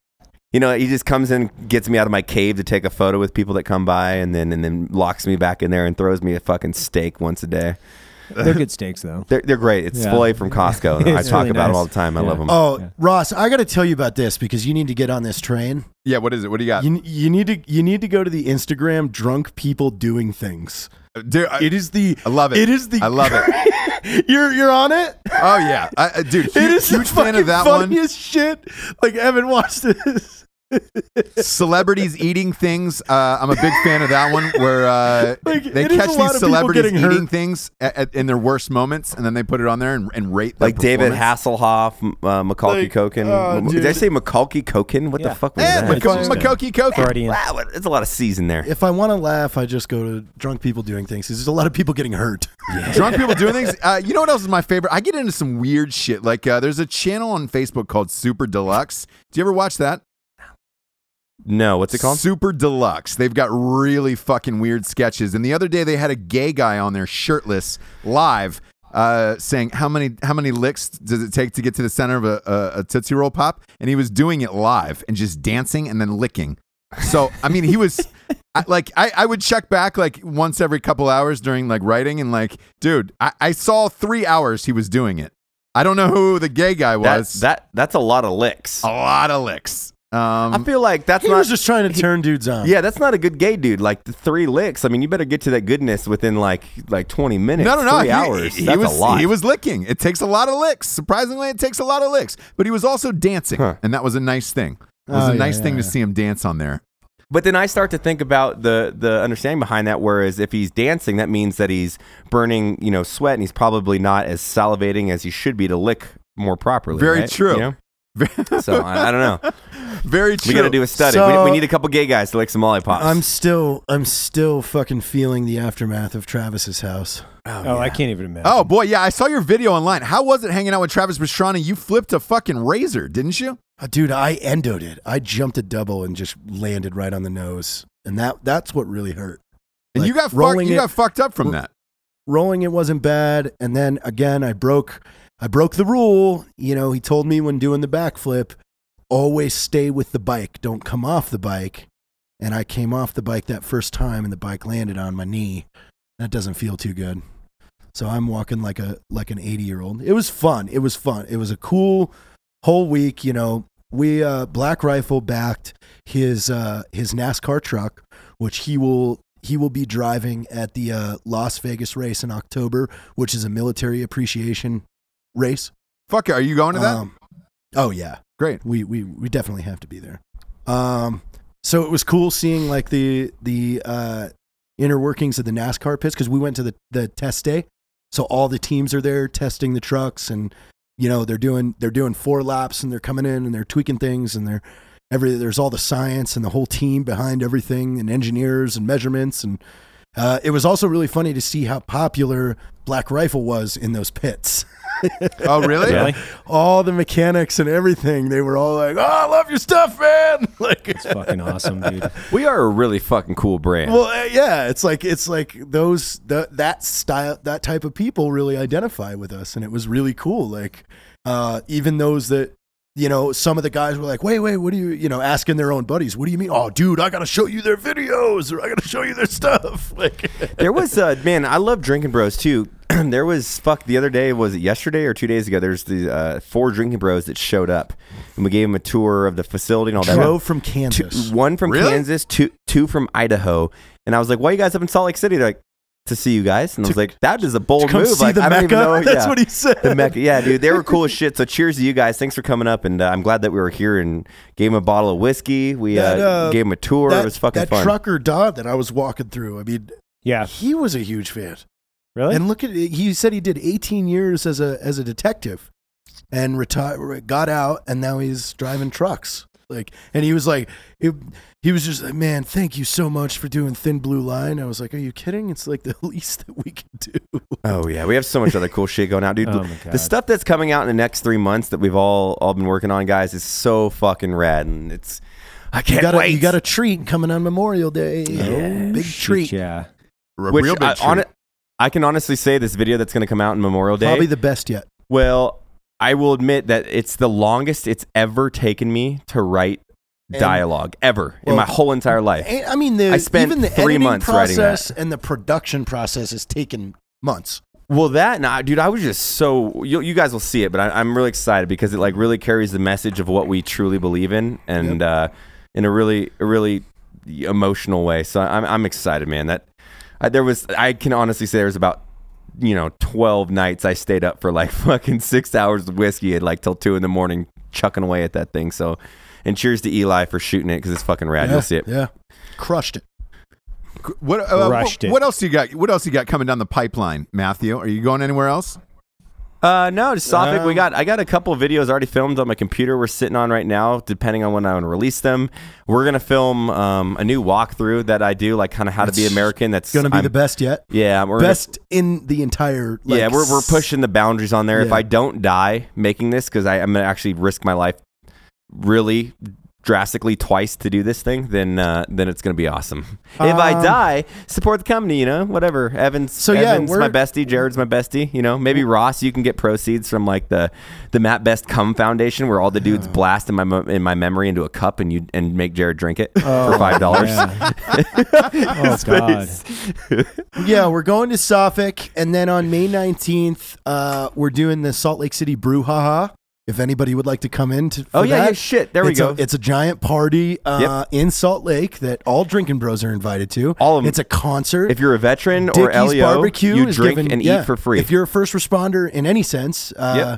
Speaker 2: You know, he just comes in, gets me out of my cave to take a photo with people that come by, and then and then locks me back in there and throws me a fucking steak once a day.
Speaker 5: They're good steaks though.
Speaker 2: They're, they're great. It's
Speaker 5: Yeah.
Speaker 2: Floyd from Costco. and I
Speaker 5: It's
Speaker 2: talk
Speaker 5: really
Speaker 2: about them
Speaker 5: nice.
Speaker 2: all the time. I
Speaker 5: Yeah.
Speaker 2: love them.
Speaker 4: Oh,
Speaker 5: Yeah.
Speaker 4: Ross, I got to tell you about this because you need to get on this train.
Speaker 3: Yeah. What is it? What do you got?
Speaker 4: You, you need to you need to go to the Instagram drunk people doing things.
Speaker 3: Uh, Dude, I-
Speaker 4: It is the
Speaker 3: I love it.
Speaker 4: It is the
Speaker 3: I love it.
Speaker 4: you're you're on it.
Speaker 3: Oh yeah, I, I- dude. Huge,
Speaker 4: it is
Speaker 3: huge
Speaker 4: the
Speaker 3: fan
Speaker 4: fucking
Speaker 3: of that one.
Speaker 4: funniest shit. Like Evan watched this.
Speaker 3: celebrities eating things. Uh, I'm a big fan of that one where uh,
Speaker 4: Like,
Speaker 3: they
Speaker 4: it is a
Speaker 3: catch
Speaker 4: lot of
Speaker 3: these
Speaker 4: people
Speaker 3: celebrities
Speaker 4: getting
Speaker 3: eating
Speaker 4: hurt.
Speaker 3: things at, at- in their worst moments, and then they put it on there and, and rate their
Speaker 2: like David
Speaker 3: performance.
Speaker 2: Hasselhoff, m- uh, Macaulay
Speaker 4: Like,
Speaker 2: Culkin.
Speaker 4: oh,
Speaker 2: M- Did I
Speaker 4: dude.
Speaker 2: say Macaulay Culkin? What
Speaker 5: Yeah.
Speaker 2: the fuck was
Speaker 3: Eh,
Speaker 2: that?
Speaker 3: Mac-
Speaker 5: That's
Speaker 3: Makoki Koki.
Speaker 5: Guardian.
Speaker 2: Wow, it's a lot of C's in there.
Speaker 4: If I want to laugh, I just go to drunk people doing things. 'cause There's a lot of people getting hurt.
Speaker 3: Drunk people doing things. Uh, you know what else is my favorite? I get into some weird shit. Like uh, there's a channel on Facebook called Super Deluxe. Do you ever watch that?
Speaker 2: No, what's it called?
Speaker 3: Super Deluxe. They've got really fucking weird sketches. And the other day they had a gay guy on there shirtless live uh, saying how many how many licks does it take to get to the center of a, a, a Tootsie Roll Pop? And he was doing it live and just dancing and then licking. So I mean he was I, like I, I would check back like once every couple hours during like writing and like dude I, I saw three hours he was doing it. I don't know who the gay guy
Speaker 2: That,
Speaker 3: was.
Speaker 2: that that's a lot of licks.
Speaker 3: a lot of licks.
Speaker 2: I
Speaker 3: Um,
Speaker 2: feel like that's
Speaker 4: Um, he
Speaker 2: not
Speaker 4: was just trying to turn dudes on.
Speaker 2: Yeah, that's not a good gay dude. Like the three licks. I mean, you better get to that goodness within like like twenty minutes.
Speaker 3: No, no, no.
Speaker 2: Three
Speaker 3: he,
Speaker 2: hours.
Speaker 3: He, he
Speaker 2: that's
Speaker 3: was,
Speaker 2: a lot.
Speaker 3: He was licking. It takes a lot of licks. Surprisingly, it takes a lot of licks. But he was also dancing,
Speaker 2: Huh.
Speaker 3: and that was a nice thing. It was
Speaker 4: Oh,
Speaker 3: a
Speaker 4: yeah,
Speaker 3: nice
Speaker 4: yeah,
Speaker 3: thing to
Speaker 4: yeah.
Speaker 3: see him dance on there.
Speaker 2: But then I start to think about the the understanding behind that. Whereas if he's dancing, that means that he's burning you know sweat, and he's probably not as salivating as he should be to lick more properly.
Speaker 3: Very
Speaker 2: right?
Speaker 3: true.
Speaker 2: You know? so I, I don't know.
Speaker 3: Very true.
Speaker 2: We got to do a study.
Speaker 4: So-
Speaker 2: we, we need a couple gay guys to lick some lollipops.
Speaker 4: I'm still, I'm still fucking feeling the aftermath of Travis's house.
Speaker 5: Oh, I can't even imagine.
Speaker 3: Oh boy, yeah, I saw your video online. How was it hanging out with Travis Pastrana? You flipped a fucking razor, didn't you?
Speaker 4: Uh, dude, I endoed it. I jumped a double and just landed right on the nose, and that that's what really hurt.
Speaker 3: And
Speaker 4: Like,
Speaker 3: you got fucked,
Speaker 4: rolling
Speaker 3: you
Speaker 4: it-
Speaker 3: got fucked up from
Speaker 4: Ro-
Speaker 3: that.
Speaker 4: rolling it wasn't bad and then again i broke i broke the rule you know he told me when doing the backflip always stay with the bike don't come off the bike and i came off the bike that first time and the bike landed on my knee that doesn't feel too good so i'm walking like a like an 80 year old it was fun it was fun it was a cool whole week you know we uh black rifle backed his uh his nascar truck which he will he will be driving at the uh, Las Vegas race in October, which is a military appreciation race.
Speaker 3: Fuck it, are you going to that?
Speaker 4: Um, oh yeah,
Speaker 3: Great.
Speaker 4: we we we definitely have to be there. Um, so it was cool seeing like the the uh, inner workings of the NASCAR pits because we went to the the test day, so all the teams are there testing the trucks and you know they're doing they're doing four laps and they're coming in and they're tweaking things and they're every there's all the science and the whole team behind everything and engineers and measurements and uh, it was also really funny to see how popular Black Rifle was in those pits
Speaker 3: oh really?
Speaker 5: really?
Speaker 4: all the mechanics and everything, they were all like, "Oh, I love your stuff, man!" Like,
Speaker 5: It's fucking awesome, dude.
Speaker 2: we are a really fucking cool brand.
Speaker 4: well, uh, yeah, it's like it's like those the, that style that type of people really identify with us, and it was really cool. Like, uh, even those that you know, some of the guys were like, "Wait, wait, what do you you know?" Asking their own buddies, "What do you mean?" Oh, dude, I gotta show you their videos, or I gotta show you their stuff. Like,
Speaker 2: there was uh man i love drinking bros too there was fuck the other day was it yesterday or two days ago there's the uh, four drinking bros that showed up and we gave them a tour of the facility and all that
Speaker 4: drove from
Speaker 2: Two-
Speaker 4: Kansas.
Speaker 2: one from
Speaker 3: Really?
Speaker 2: kansas two two from idaho and i was like why you guys up in salt lake city they're like to see you guys and i was like that is a bold
Speaker 4: Come
Speaker 2: move
Speaker 4: see
Speaker 2: like,
Speaker 4: the
Speaker 2: I don't
Speaker 4: Mecca.
Speaker 2: even know
Speaker 4: That's
Speaker 2: yeah.
Speaker 4: what he said.
Speaker 2: the Mecca, yeah, dude, they were cool as shit. So, cheers to you guys! Thanks for coming up, and uh, I'm glad that we were here and gave them a bottle of whiskey. We
Speaker 4: That,
Speaker 2: uh,
Speaker 4: uh,
Speaker 2: gave them a tour.
Speaker 4: that,
Speaker 2: it was fucking
Speaker 4: that
Speaker 2: fun.
Speaker 4: trucker Dodd that I was walking through. I mean,
Speaker 5: Yeah.
Speaker 4: he was a huge fan.
Speaker 5: Really?
Speaker 4: And look at he said he did 18 years as a as a detective, and retired, got out, and now he's driving trucks. Like, and he was like, he, he was just like, man, thank you so much for doing Thin Blue Line. I was like, are you kidding? It's like the least that we can do.
Speaker 2: Oh yeah, we have so much other cool shit going out, dude.
Speaker 5: Oh, my
Speaker 2: The
Speaker 5: God.
Speaker 2: stuff that's coming out in the next three months that we've all all been working on, guys, is so fucking rad, and it's I can't
Speaker 4: You got, a,
Speaker 2: wait.
Speaker 4: you got a treat coming on Memorial Day. Oh, big
Speaker 5: Shit,
Speaker 4: treat.
Speaker 5: Yeah.
Speaker 3: A
Speaker 2: Which
Speaker 3: real big
Speaker 4: uh,
Speaker 2: I, hon-
Speaker 3: treat.
Speaker 2: I can honestly say this video that's going to come out in Memorial Day.
Speaker 4: Probably the best yet.
Speaker 2: well, I will admit that it's the longest it's ever taken me to write dialogue ever
Speaker 4: Well,
Speaker 2: in my whole entire life.
Speaker 4: And, I mean, the,
Speaker 2: I spent
Speaker 4: even the
Speaker 2: three
Speaker 4: editing
Speaker 2: months writing that.
Speaker 4: process and the production process has taken months.
Speaker 2: Well, that and I, dude, I was just so you, you guys will see it, but I, I'm really excited because it like really carries the message of what we truly believe in, and uh, in a really, a really emotional way. So I'm, I'm excited, man. That I, there was, I can honestly say there was about you know 12 nights I stayed up for like fucking six hours of whiskey and like till two in the morning chucking away at that thing. So, and cheers to Eli for shooting it because it's fucking rad. You'll see it.
Speaker 4: Yeah. Crushed it.
Speaker 3: What, uh,
Speaker 5: Crushed
Speaker 3: what,
Speaker 5: it.
Speaker 3: what else you got? What else you got coming down the pipeline, Matthew? Are you going anywhere else?
Speaker 2: Uh, no, just Sophic.
Speaker 4: Um,
Speaker 2: we got I got a couple videos already filmed on my computer. We're sitting on right now. Depending on when I want to release them, we're gonna film um, a new walkthrough that I do, like kind of how to be American. That's
Speaker 4: Going to be
Speaker 2: I'm-
Speaker 4: the best yet.
Speaker 2: Yeah, we're gonna-
Speaker 4: best in the entire. Like,
Speaker 2: yeah, we're we're pushing the boundaries on there. If
Speaker 4: Yeah.
Speaker 2: I don't die making this, because I'm gonna actually risk my life really drastically twice to do this thing, then uh, then it's gonna be awesome. if I
Speaker 4: Um,
Speaker 2: die, support the company, you know, whatever. Evans,
Speaker 4: So, yeah,
Speaker 2: Evans,
Speaker 4: we're-
Speaker 2: my bestie. Jared's my bestie. You know, maybe Ross. You can get proceeds from like the the Matt Best Cum Foundation, where all the dudes blast in my mo- in my memory into a cup, and you and make Jared drink it for five dollars.
Speaker 5: Yeah. oh God.
Speaker 4: Yeah, we're going to Suffolk, and then on May nineteenth, uh, we're doing the Salt Lake City Brouhaha. If anybody would like to come in, to,
Speaker 2: Oh
Speaker 4: for
Speaker 2: yeah,
Speaker 4: that.
Speaker 2: yeah, shit. There we
Speaker 4: it's
Speaker 2: go.
Speaker 4: A, it's a giant party uh, in Salt Lake that all drinking bros are invited to.
Speaker 2: All of 'em.
Speaker 4: It's a concert.
Speaker 2: if you're a veteran or
Speaker 4: Dickey's
Speaker 2: LEO,
Speaker 4: Barbecue
Speaker 2: you
Speaker 4: is
Speaker 2: drink
Speaker 4: given-
Speaker 2: and
Speaker 4: yeah,
Speaker 2: eat for free.
Speaker 4: If you're a first responder in any sense, uh,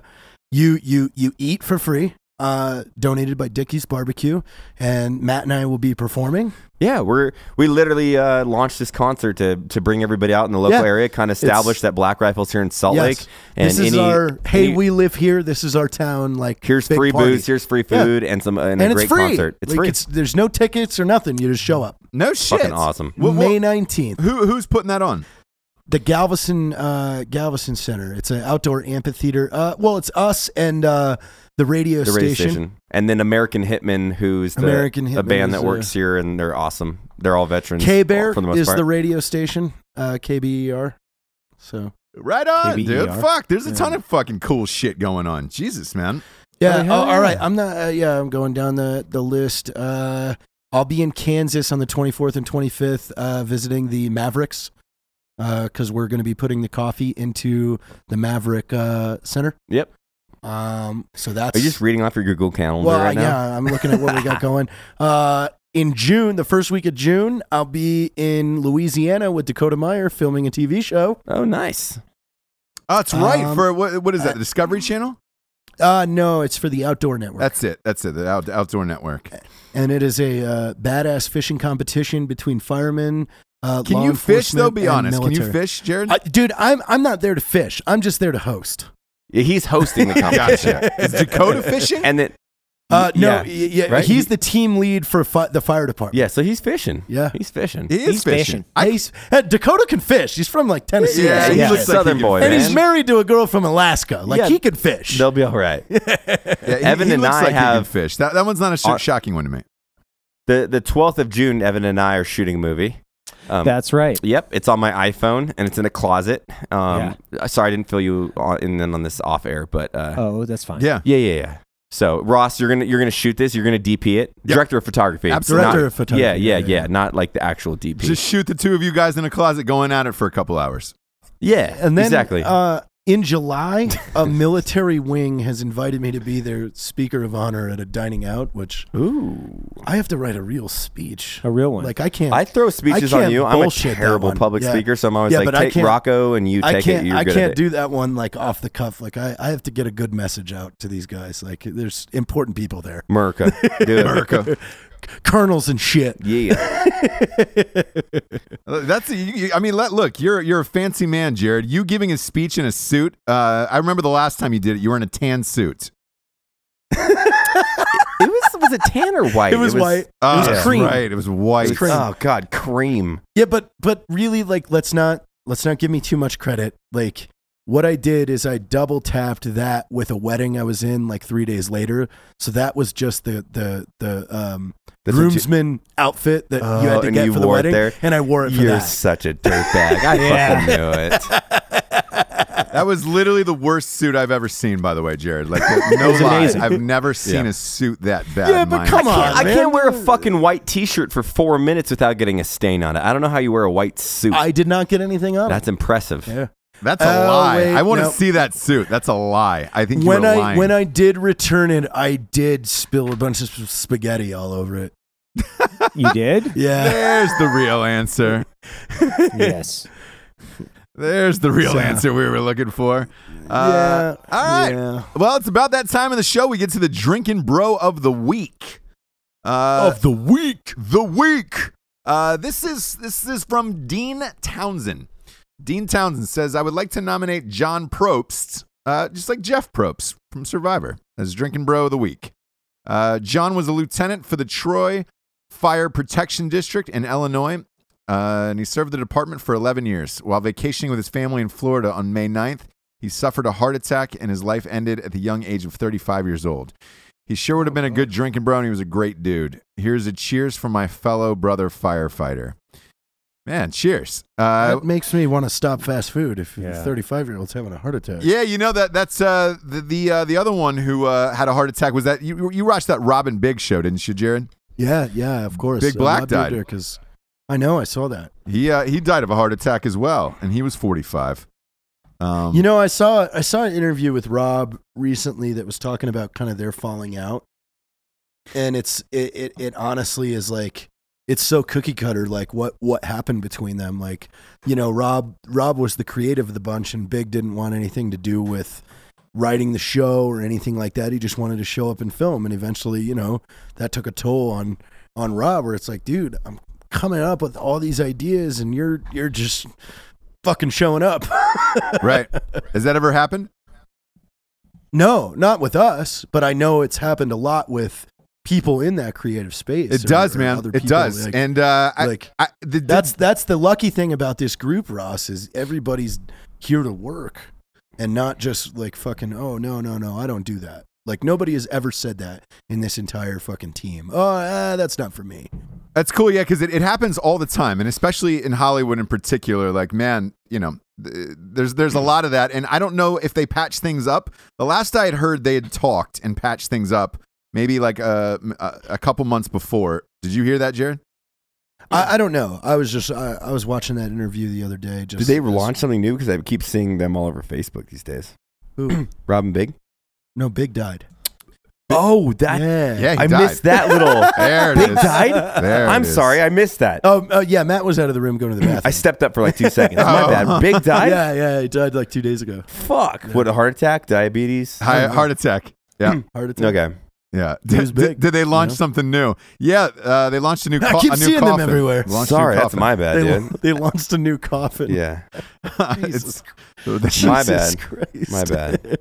Speaker 4: you you you eat for free. uh, donated by Dickie's Barbecue, and Matt and I will be performing.
Speaker 2: Yeah, we're we literally uh, launched this concert to to bring everybody out in the local
Speaker 4: Yeah.
Speaker 2: area, kind of
Speaker 4: It's-
Speaker 2: establish that Black Rifles here in Salt Lake.
Speaker 4: Yes.
Speaker 2: And
Speaker 4: this is
Speaker 2: any-
Speaker 4: our hey,
Speaker 2: any-
Speaker 4: we live here. This is our town. Like
Speaker 2: here's
Speaker 4: big
Speaker 2: free
Speaker 4: party.
Speaker 2: booze, here's free
Speaker 4: Yeah.
Speaker 2: food, and some and,
Speaker 4: and
Speaker 2: a
Speaker 4: it's
Speaker 2: great
Speaker 4: free.
Speaker 2: concert. It's
Speaker 4: Like,
Speaker 2: free.
Speaker 4: there's no tickets or nothing. You just show up.
Speaker 3: No shit.
Speaker 2: awesome.
Speaker 3: Wha- wha-
Speaker 4: May nineteenth,
Speaker 3: who who's putting that on?
Speaker 4: the Galveston uh, Galveston Center. It's an outdoor amphitheater. Uh, well, it's us and uh, the radio
Speaker 2: the radio
Speaker 4: station.
Speaker 2: station, and then American Hitman, who's the,
Speaker 4: American
Speaker 2: a
Speaker 4: Hitmen
Speaker 2: band
Speaker 4: is,
Speaker 2: that
Speaker 4: uh,
Speaker 2: works here, and they're awesome. They're all veterans
Speaker 4: K Bear
Speaker 2: for the most
Speaker 4: is
Speaker 2: part.
Speaker 4: the radio station. Uh, KBER. So
Speaker 3: Right on,
Speaker 4: E
Speaker 3: dude.
Speaker 5: KBER.
Speaker 3: Fuck, there's a
Speaker 5: Yeah.
Speaker 3: ton of fucking cool shit going on. Jesus, man.
Speaker 4: yeah.
Speaker 5: Oh, hell
Speaker 4: Oh, all right.
Speaker 5: yeah.
Speaker 4: I'm not. Uh, yeah, I'm going down the the list. Uh, I'll be in Kansas on the 24th and 25th, uh, visiting the Mavericks. Because we're going to be putting the coffee into the Maverick uh, Center.
Speaker 2: yep.
Speaker 4: Um, so that's
Speaker 2: Are you just reading off your Google calendar
Speaker 4: well,
Speaker 2: right now?
Speaker 4: yeah. I'm looking at what we got going. Uh, in June, the first week of June, I'll be in Louisiana with Dakota Meyer filming a TV show.
Speaker 2: Oh, nice.
Speaker 3: Oh, that's right.
Speaker 4: Um,
Speaker 3: for what, what is that? The Discovery Channel?
Speaker 4: Uh, no, it's for the Outdoor Network,
Speaker 3: That's it. That's it. The out, Outdoor
Speaker 4: Uh,
Speaker 3: Network.
Speaker 4: and it is a uh, badass fishing competition between firemen. Uh,
Speaker 3: Can
Speaker 4: law
Speaker 3: you fish though?
Speaker 4: enforcement,
Speaker 3: Be
Speaker 4: and
Speaker 3: honest. Can you
Speaker 4: military.
Speaker 3: fish, Jared?
Speaker 4: Uh, dude, I'm I'm not there to fish. I'm just there to host.
Speaker 2: Yeah, He's hosting the competition,
Speaker 3: Gotcha. Is Dakota fishing?
Speaker 2: and then
Speaker 4: Uh, no,
Speaker 2: yeah.
Speaker 4: y- yeah,
Speaker 2: Right?
Speaker 4: he's the team lead for fi- the fire department.
Speaker 2: yeah, so he's fishing.
Speaker 4: Yeah.
Speaker 2: he's fishing.
Speaker 3: he is
Speaker 5: He's
Speaker 3: fishing.
Speaker 5: fishing.
Speaker 3: I,
Speaker 4: He's- uh, Dakota can fish. He's from like Tennessee. or
Speaker 3: yeah,
Speaker 4: some
Speaker 3: he
Speaker 4: shit.
Speaker 2: he's a
Speaker 3: looks like
Speaker 2: southern
Speaker 3: he
Speaker 2: boy,
Speaker 3: could
Speaker 4: and
Speaker 2: man.
Speaker 4: he's married to a girl from Alaska. Like
Speaker 2: Yeah.
Speaker 4: he could fish.
Speaker 2: They'll be all right.
Speaker 3: yeah, he-
Speaker 2: Evan
Speaker 3: he
Speaker 2: and
Speaker 3: looks
Speaker 2: I
Speaker 3: like he can
Speaker 2: have-
Speaker 3: fish. That, that one's not a sh-
Speaker 2: Our-
Speaker 3: shocking one to me.
Speaker 2: the The twelfth of June, Evan and I are shooting a movie. Um,
Speaker 5: That's right.
Speaker 2: Yep, it's on my iPhone and it's in a closet. Um, Sorry, I didn't fill you on, in on this off air, but uh,
Speaker 5: Oh, that's fine.
Speaker 3: Yeah.
Speaker 2: yeah, yeah, yeah. So Ross, you're gonna you're gonna shoot this. You're gonna DP it. Director of photography.
Speaker 3: Absolutely.
Speaker 2: Not-
Speaker 4: Director of photography,
Speaker 2: Yeah, yeah,
Speaker 4: yeah,
Speaker 2: yeah,
Speaker 4: yeah.
Speaker 2: Not like the actual DP.
Speaker 3: Just shoot the two of you guys in a closet going at it for a couple hours.
Speaker 2: yeah,
Speaker 4: and then
Speaker 2: exactly.
Speaker 4: uh, in July, a military wing has invited me to be their speaker of honor at a dining out, which
Speaker 2: Ooh,
Speaker 4: I have to write a real speech.
Speaker 5: A real one.
Speaker 4: Like I can't.
Speaker 2: I throw speeches on
Speaker 4: can't
Speaker 2: you. I'm a
Speaker 4: bullshit that
Speaker 2: terrible
Speaker 4: one.
Speaker 2: public
Speaker 4: Yeah.
Speaker 2: speaker, so I'm always
Speaker 4: Yeah,
Speaker 2: like,
Speaker 4: but I
Speaker 2: take
Speaker 4: can't-
Speaker 2: Rocco and you
Speaker 4: I
Speaker 2: take
Speaker 4: can't.
Speaker 2: it. You're
Speaker 4: I
Speaker 2: good
Speaker 4: can't
Speaker 2: at it.
Speaker 4: do that one like off the cuff. Like I, I have to get a good message out to these guys. Like there's important people there,
Speaker 2: America, do it.
Speaker 3: America.
Speaker 4: colonels and shit.
Speaker 2: Yeah,
Speaker 3: Uh, That's you, you- I mean, let, look, you're you're a fancy man, Jared. You giving a speech in a suit. Uh, I remember the last time you did it. You were in a tan suit.
Speaker 2: it was was uh, it tan or white?
Speaker 4: It was white.
Speaker 3: Oh,
Speaker 4: was
Speaker 3: that's
Speaker 4: cream.
Speaker 3: Right. It was white.
Speaker 4: It was cream.
Speaker 2: Oh God, cream.
Speaker 4: Yeah, but but really, like, let's not let's not give me too much credit. Like, what I did is I double tapped that with a wedding I was in like three days later. So that was just the the the um
Speaker 2: That's what you-
Speaker 4: groomsman outfit that you
Speaker 2: Oh,
Speaker 4: had to
Speaker 2: and
Speaker 4: get
Speaker 2: you
Speaker 4: for the
Speaker 2: wore it
Speaker 4: wedding,
Speaker 2: there?
Speaker 4: and I wore it for
Speaker 2: You're
Speaker 4: that.
Speaker 2: such a dirtbag. I fucking knew it.
Speaker 3: That was literally the worst suit I've ever seen, by the way, Jared. Like, no
Speaker 5: was
Speaker 3: lie,
Speaker 5: amazing.
Speaker 3: I've never seen
Speaker 2: Yeah.
Speaker 3: a suit that bad.
Speaker 4: Yeah, but
Speaker 3: Mine-
Speaker 4: come
Speaker 2: I
Speaker 4: on.
Speaker 2: can't, I
Speaker 4: man.
Speaker 2: can't wear a fucking white T-shirt for four minutes without getting a stain on it. I don't know how you wear a white suit.
Speaker 4: I did not get anything on. it.
Speaker 2: That's impressive.
Speaker 4: Yeah.
Speaker 3: That's a
Speaker 4: Oh,
Speaker 3: lie.
Speaker 4: wait,
Speaker 3: I want to
Speaker 4: no.
Speaker 3: see that suit. That's a lie. I think you
Speaker 4: when
Speaker 3: were
Speaker 4: I
Speaker 3: lying.
Speaker 4: when I did return it, I did spill a bunch of s- spaghetti all over it.
Speaker 5: You did?
Speaker 4: Yeah.
Speaker 3: There's the real answer.
Speaker 5: yes.
Speaker 3: There's the real
Speaker 4: So-
Speaker 3: answer we were looking for. Uh,
Speaker 4: yeah.
Speaker 3: All right.
Speaker 4: Yeah.
Speaker 3: Well, it's about that time of the show. We get to the drinking bro of the week. Uh,
Speaker 4: of the week.
Speaker 3: the week. Uh, this is this is from Dean Townsend. Dean Townsend says, "I would like to nominate John Probst, uh, just like Jeff Probst from Survivor, as drinking bro of the week. Uh, John was a lieutenant for the Troy Fire Protection District in Illinois, uh, and he served the department for 11 years. While vacationing with his family in Florida on May 9th, he suffered a heart attack, and his life ended at the young age of 35 years old." He sure would have been a good drinking bro, and he was a great dude. Here's a cheers for my fellow brother firefighter. Man, cheers. Uh,
Speaker 4: that makes me want to stop fast food if
Speaker 5: Yeah.
Speaker 4: 35 year old's having a heart attack.
Speaker 3: yeah, you know that that's uh, the the, uh, the other one who uh, had a heart attack was that you you watched that Robin Big show, didn't you, Jared?
Speaker 4: yeah, yeah, of course.
Speaker 3: Big Black died.
Speaker 4: because I know I saw that.
Speaker 3: He uh, he died of a heart attack as well, and he was 45. Um,
Speaker 4: You know, I saw I saw an interview with Rob recently that was talking about kind of their falling out, and it's it it, it honestly is like it's so cookie cutter like what what happened between them like you know rob rob was the creative of the bunch and big didn't want anything to do with writing the show or anything like that. He just wanted to show up and film. And eventually, you know, that took a toll on on Rob where it's like, dude, I'm coming up with all these ideas and you're you're just fucking showing up.
Speaker 3: right? Has that ever happened?
Speaker 4: no, not with us, but I know it's happened a lot with people in that creative space.
Speaker 3: It
Speaker 4: or-
Speaker 3: does,
Speaker 4: or
Speaker 3: man.
Speaker 4: other
Speaker 3: It
Speaker 4: people,
Speaker 3: does.
Speaker 4: like-
Speaker 3: and uh, I,
Speaker 4: like,
Speaker 3: I, the,
Speaker 4: that's that's the lucky thing about this group, Ross, is everybody's here to work and not just like fucking, oh no, no, no, I don't do that. Like nobody has ever said that in this entire fucking team. Oh, uh, that's not for me.
Speaker 3: That's cool, yeah, because it, it happens all the time, and especially in Hollywood in particular. Like, man, you know, th- there's there's
Speaker 2: Mm.
Speaker 3: a lot of that, and I don't know if they patch things up. The last I had heard, they had talked and patched things up, maybe like uh, m- a a couple months before. Did you hear that, Jared?
Speaker 4: I, I don't know. I was just I, I was watching that interview the other day. Just
Speaker 2: Did they
Speaker 4: as-
Speaker 2: launch something new? Because I keep seeing them all over Facebook these days.
Speaker 4: Who?
Speaker 2: Robin Big.
Speaker 4: No, Big died.
Speaker 2: Oh, that
Speaker 4: yeah.
Speaker 3: Yeah, he
Speaker 2: I
Speaker 3: died.
Speaker 2: missed that little.
Speaker 3: There it
Speaker 2: Oh, Big
Speaker 3: is.
Speaker 2: died.
Speaker 3: There it
Speaker 2: I'm
Speaker 3: is.
Speaker 2: sorry, I missed that.
Speaker 4: Oh uh, yeah, Matt was out of the room going to the bathroom.
Speaker 2: I stepped up for like two seconds. My bad. Big died.
Speaker 4: Yeah, yeah, he died like two days ago.
Speaker 2: Fuck. Oh. What a heart attack, diabetes.
Speaker 3: Hi- heart attack.
Speaker 2: Hmm.
Speaker 3: Yeah,
Speaker 4: Heart attack.
Speaker 2: Okay.
Speaker 3: yeah.
Speaker 4: was
Speaker 3: Did,
Speaker 4: big,
Speaker 3: did, did they launch something new? Yeah, uh, they launched a new.
Speaker 4: I
Speaker 3: coffin.
Speaker 4: keep
Speaker 3: a new
Speaker 4: seeing them
Speaker 3: coffin.
Speaker 4: everywhere.
Speaker 3: They launched a new
Speaker 2: Sorry, that's
Speaker 3: coffin.
Speaker 2: my bad,
Speaker 4: They,
Speaker 2: dude.
Speaker 4: they launched a new coffin.
Speaker 2: Yeah,
Speaker 3: It's-
Speaker 2: my
Speaker 4: Jesus
Speaker 2: bad.
Speaker 4: Christ.
Speaker 2: My bad.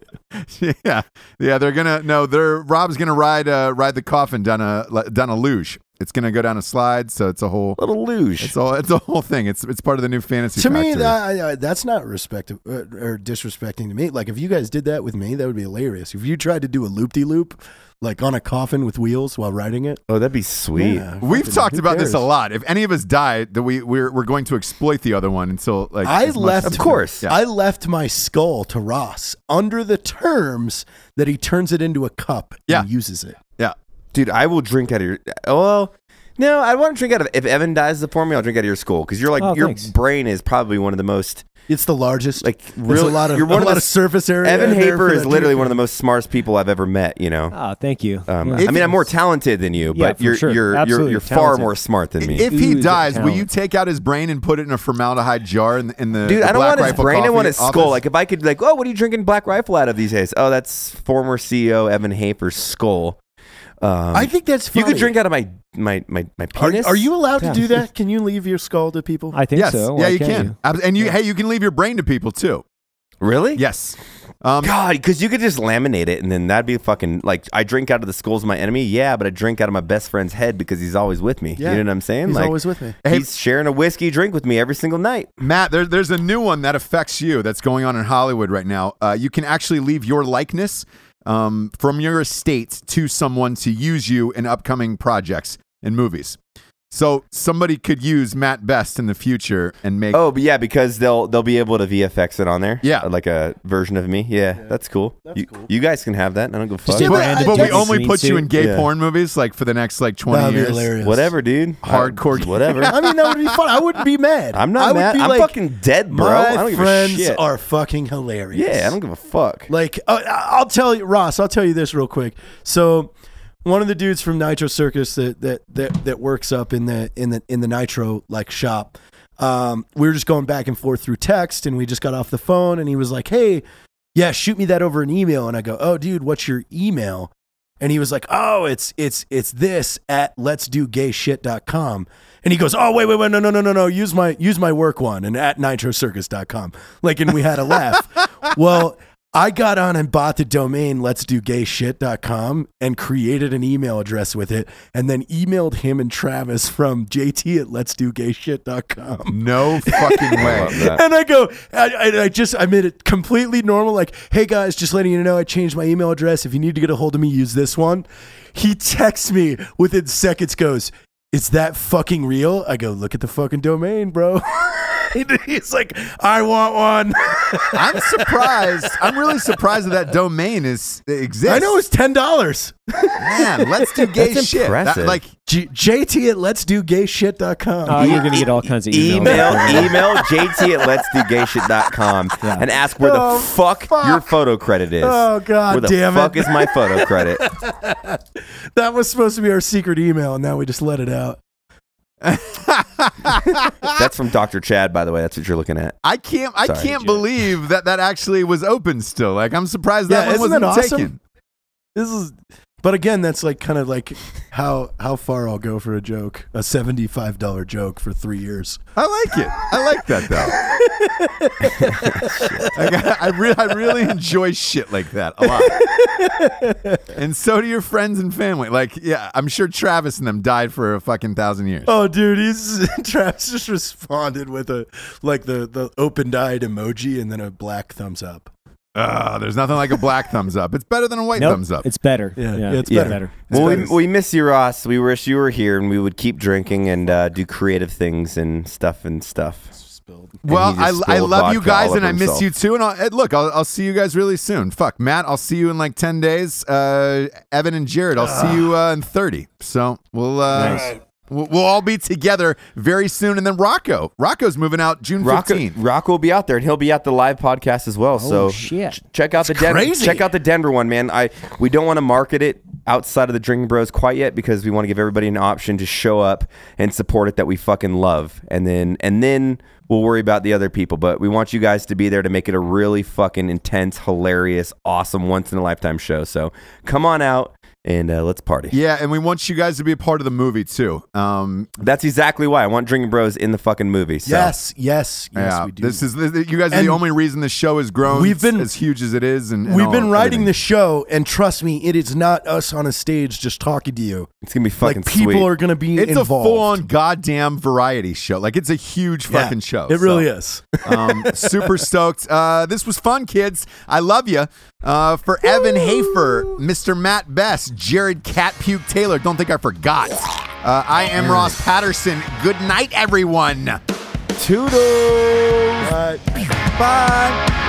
Speaker 3: yeah, yeah. They're gonna no. They're Rob's gonna ride uh, ride the coffin down a li- down a luge. It's gonna go down a slide, so it's a whole
Speaker 2: Little luge.
Speaker 3: it's all it's a whole thing. It's it's part of the new fantasy.
Speaker 4: to me
Speaker 3: factory.
Speaker 4: that, I, I, that's not respect uh, or disrespecting to me like if you guys did that with me that would be hilarious if you tried to do a loop-de-loop like on a coffin with wheels while riding it
Speaker 2: Oh, that'd be sweet.
Speaker 4: yeah,
Speaker 3: We've
Speaker 4: fucking-
Speaker 3: talked
Speaker 4: who
Speaker 3: about this a
Speaker 4: cares?
Speaker 3: lot. If any of us die, that we we're, we're going to exploit the other one until like
Speaker 4: I
Speaker 3: as much-
Speaker 4: left,
Speaker 2: Of course.
Speaker 3: Yeah.
Speaker 4: I left my skull to Ross under the terms that he turns it into a cup
Speaker 3: Yeah.
Speaker 4: and uses it.
Speaker 3: Yeah,
Speaker 2: Dude, I will drink out of your. Oh, no, I want to drink out of. If Evan dies for me, I'll drink out of your skull because you're like
Speaker 5: Oh,
Speaker 2: your
Speaker 5: thanks.
Speaker 2: brain is probably one of the most
Speaker 4: It's the largest.
Speaker 2: like
Speaker 4: There's
Speaker 2: really.
Speaker 4: a lot of
Speaker 2: you're one
Speaker 4: a
Speaker 2: of
Speaker 4: lot
Speaker 2: the-
Speaker 4: of surface area.
Speaker 2: Evan
Speaker 4: there
Speaker 2: Hafer
Speaker 4: for that
Speaker 2: is literally
Speaker 4: dude.
Speaker 2: one of the most smartest people I've ever met. You know,
Speaker 5: Ah, thank you.
Speaker 2: um,
Speaker 5: Yeah.
Speaker 2: I mean, I'm more talented than you,
Speaker 5: Yeah,
Speaker 2: but
Speaker 5: for
Speaker 2: you're
Speaker 5: sure.
Speaker 2: you're you're,
Speaker 5: Absolutely
Speaker 2: you're far
Speaker 5: talented.
Speaker 2: more smart than me.
Speaker 3: If he
Speaker 5: Ooh,
Speaker 3: dies, will
Speaker 5: talent.
Speaker 3: you take out his brain and put it in a formaldehyde jar in, the- in the
Speaker 2: Dude,
Speaker 3: the
Speaker 2: I don't
Speaker 3: Black
Speaker 2: want his
Speaker 3: Rifle
Speaker 2: brain. I
Speaker 3: Coffee
Speaker 2: want his skull.
Speaker 3: office?
Speaker 2: Like, if I could, like, oh, what are you drinking Black Rifle out of these days? Oh, that's former CEO Evan Hafer's skull. Um,
Speaker 4: I think that's
Speaker 2: you
Speaker 4: funny.
Speaker 2: could drink out of my my my my
Speaker 4: Are,
Speaker 2: penis.
Speaker 4: are you allowed
Speaker 2: Yeah.
Speaker 4: to do that? Can you leave your skull to people?
Speaker 5: I think
Speaker 3: yes,
Speaker 5: so.
Speaker 3: yeah,
Speaker 5: Why
Speaker 3: you
Speaker 5: can't
Speaker 3: can. Ab- And you hey, you can leave your brain to people too.
Speaker 2: really?
Speaker 3: Yes. Um,
Speaker 2: God, because you could just laminate it, and then that'd be fucking like I drink out of the skulls of my enemy. Yeah, but I drink out of my best friend's head because he's always with me.
Speaker 4: Yeah.
Speaker 2: You know what I'm saying?
Speaker 4: He's
Speaker 2: like
Speaker 4: always with me.
Speaker 2: he's sharing a whiskey drink with me every single night.
Speaker 3: Matt, there, there's a new one that affects you that's going on in Hollywood right now. Uh, you can actually leave your likeness um, from your estate to someone to use you in upcoming projects and movies. So somebody could use Matt Best in the future and make.
Speaker 2: Oh, but yeah, because they'll they'll be able to VFX it on there.
Speaker 3: Yeah.
Speaker 2: like a version of me. Yeah, that's cool. you, You guys can have that. I don't give a fuck.
Speaker 4: do it.
Speaker 3: but,
Speaker 4: Brandon
Speaker 3: but we
Speaker 4: Jackson
Speaker 3: only
Speaker 5: green
Speaker 3: put you
Speaker 5: suit.
Speaker 3: in gay
Speaker 2: Yeah.
Speaker 3: porn movies like for the next like 20
Speaker 4: That'd be
Speaker 3: years.
Speaker 4: hilarious.
Speaker 2: Whatever, dude.
Speaker 3: Hardcore-
Speaker 2: I- whatever.
Speaker 4: I mean, that would be fun. I wouldn't be mad.
Speaker 2: I'm not
Speaker 4: I would
Speaker 2: mad.
Speaker 4: be
Speaker 2: I'm
Speaker 4: like,
Speaker 2: fucking dead, bro.
Speaker 4: My
Speaker 2: I don't give
Speaker 4: friends
Speaker 2: a shit.
Speaker 4: are fucking hilarious.
Speaker 2: yeah, I don't give a fuck.
Speaker 4: like uh, I'll tell you, Ross. I'll tell you this real quick. So, one of the dudes from Nitro Circus that that that, that works up in the in the in the Nitro like shop. Um, we were just going back and forth through text, and we just got off the phone, and he was like, "Hey, yeah, shoot me that over an email." And I go, "Oh, dude, what's your email?" And he was like, "Oh, it's it's it's this at let's do gay shit.com. And he goes, "Oh, wait, wait, wait, no, no, no, no, no. Use my use my work one and at nitrocircus.com." Like and we had a laugh. well, I got on and bought the domain let's do gay shit.com and created an email address with it and then emailed him and Travis from JT at let's do gay shit.com.
Speaker 3: No fucking way.
Speaker 4: And I go, I, I, I just, I made it completely normal. Like, hey guys, just letting you know, I changed my email address. If you need to get a hold of me, use this one. He texts me within seconds, goes, is that fucking real? I go, look at the fucking domain, bro. And He's like, I want one.
Speaker 3: I'm surprised. I'm really surprised that that domain is exists.
Speaker 4: I know it's ten dollars.
Speaker 3: man. Let's do gay
Speaker 2: That's
Speaker 3: shit. That-
Speaker 2: impressive.
Speaker 3: like
Speaker 4: J- JT at let's do gayshit.com.
Speaker 2: Uh,
Speaker 5: Oh, you're gonna get all kinds of emails.
Speaker 2: Email email JT at let's do gayshit.com and ask where the
Speaker 4: Oh,
Speaker 2: fuck,
Speaker 4: fuck.
Speaker 2: your photo credit is.
Speaker 4: Oh, God
Speaker 2: Where the
Speaker 4: damn it.
Speaker 2: fuck is my photo credit?
Speaker 4: that was supposed to be our secret email, and now we just let it out.
Speaker 2: That's from Dr. Chad, by the way. That's what you're looking at.
Speaker 3: I can't. I
Speaker 2: Sorry,
Speaker 3: can't
Speaker 2: Jim.
Speaker 3: believe that that actually was open still. Like I'm surprised that
Speaker 4: Yeah,
Speaker 3: one
Speaker 4: isn't
Speaker 3: wasn't
Speaker 4: that awesome?
Speaker 3: taken.
Speaker 4: This is, but again, that's like kind of like how how far I'll go for a joke, a seventy five dollar joke for three years.
Speaker 3: I like it. I like that though. Like, I, I, re- I really enjoy shit like that a lot. and so do your friends and family. Like, yeah, I'm sure Travis and them died for a fucking thousand years.
Speaker 4: Oh, dude, he's Travis just responded with a like the the open eyed emoji and then a black thumbs up.
Speaker 3: Ah, there's nothing like a black thumbs up. It's better than a white
Speaker 5: Nope,
Speaker 3: thumbs up.
Speaker 5: It's better.
Speaker 4: Yeah, yeah, it's better.
Speaker 2: Well, we,
Speaker 4: better.
Speaker 2: we miss you, Ross. We wish you were here, and we would keep drinking and uh, do creative things and stuff and stuff. And
Speaker 3: Well,
Speaker 2: he
Speaker 3: I,
Speaker 2: just
Speaker 3: I
Speaker 2: spilled
Speaker 3: love you
Speaker 2: vodka all
Speaker 3: guys
Speaker 2: over
Speaker 3: and I miss
Speaker 2: himself.
Speaker 3: you too. And I'll, and look, I'll, I'll see you guys really soon. Fuck, Matt, I'll see you in like 10 days. Uh, Evan and Jared, I'll see you uh, in 30. So we'll, uh,
Speaker 5: Nice.
Speaker 3: we'll, we'll all be together very soon. And then Rocco, Rocco's moving out June
Speaker 2: Rock,
Speaker 3: 15th.
Speaker 2: Rock will be out there, and he'll be at the live podcast as well. so
Speaker 5: shit.
Speaker 2: ch- check out the Denver.
Speaker 4: Oh, crazy.
Speaker 2: Check out the Denver one, man. I we don't want to market it outside of the Drinking Bros quite yet because we want to give everybody an option to show up and support it that we fucking love, and then and then we'll worry about the other people. But we want you guys to be there to make it a really fucking intense, hilarious, awesome, once in a lifetime show. So come on out and uh, let's party.
Speaker 3: Yeah, and we want you guys to be a part of the movie too. Um,
Speaker 2: That's exactly why I want Drinking Bros in the fucking movie. So.
Speaker 4: Yes, yes, yes.
Speaker 3: yeah,
Speaker 4: we do.
Speaker 3: this is this, you guys are
Speaker 4: And
Speaker 3: the only reason the show has grown.
Speaker 4: we've been-
Speaker 3: as huge as it is, and, and
Speaker 4: We've
Speaker 3: all-
Speaker 4: been writing
Speaker 3: everything.
Speaker 4: the show, and trust me, it is not us on a stage just talking to you.
Speaker 2: it's gonna be fucking
Speaker 4: like people
Speaker 2: sweet.
Speaker 4: are going to be
Speaker 3: It's
Speaker 4: involved.
Speaker 3: a full-on goddamn variety show. Like it's a huge
Speaker 4: Yeah,
Speaker 3: fucking show.
Speaker 4: It really
Speaker 3: so.
Speaker 4: is.
Speaker 3: um, super stoked. Uh, this was fun, kids. I love you. Uh, for Evan Hafer, Mr. Matt Best, Jared Cat Puke Taylor. Don't think I forgot. Uh, I am Ross Patterson. Good night, everyone.
Speaker 2: Toodles.
Speaker 3: Bye.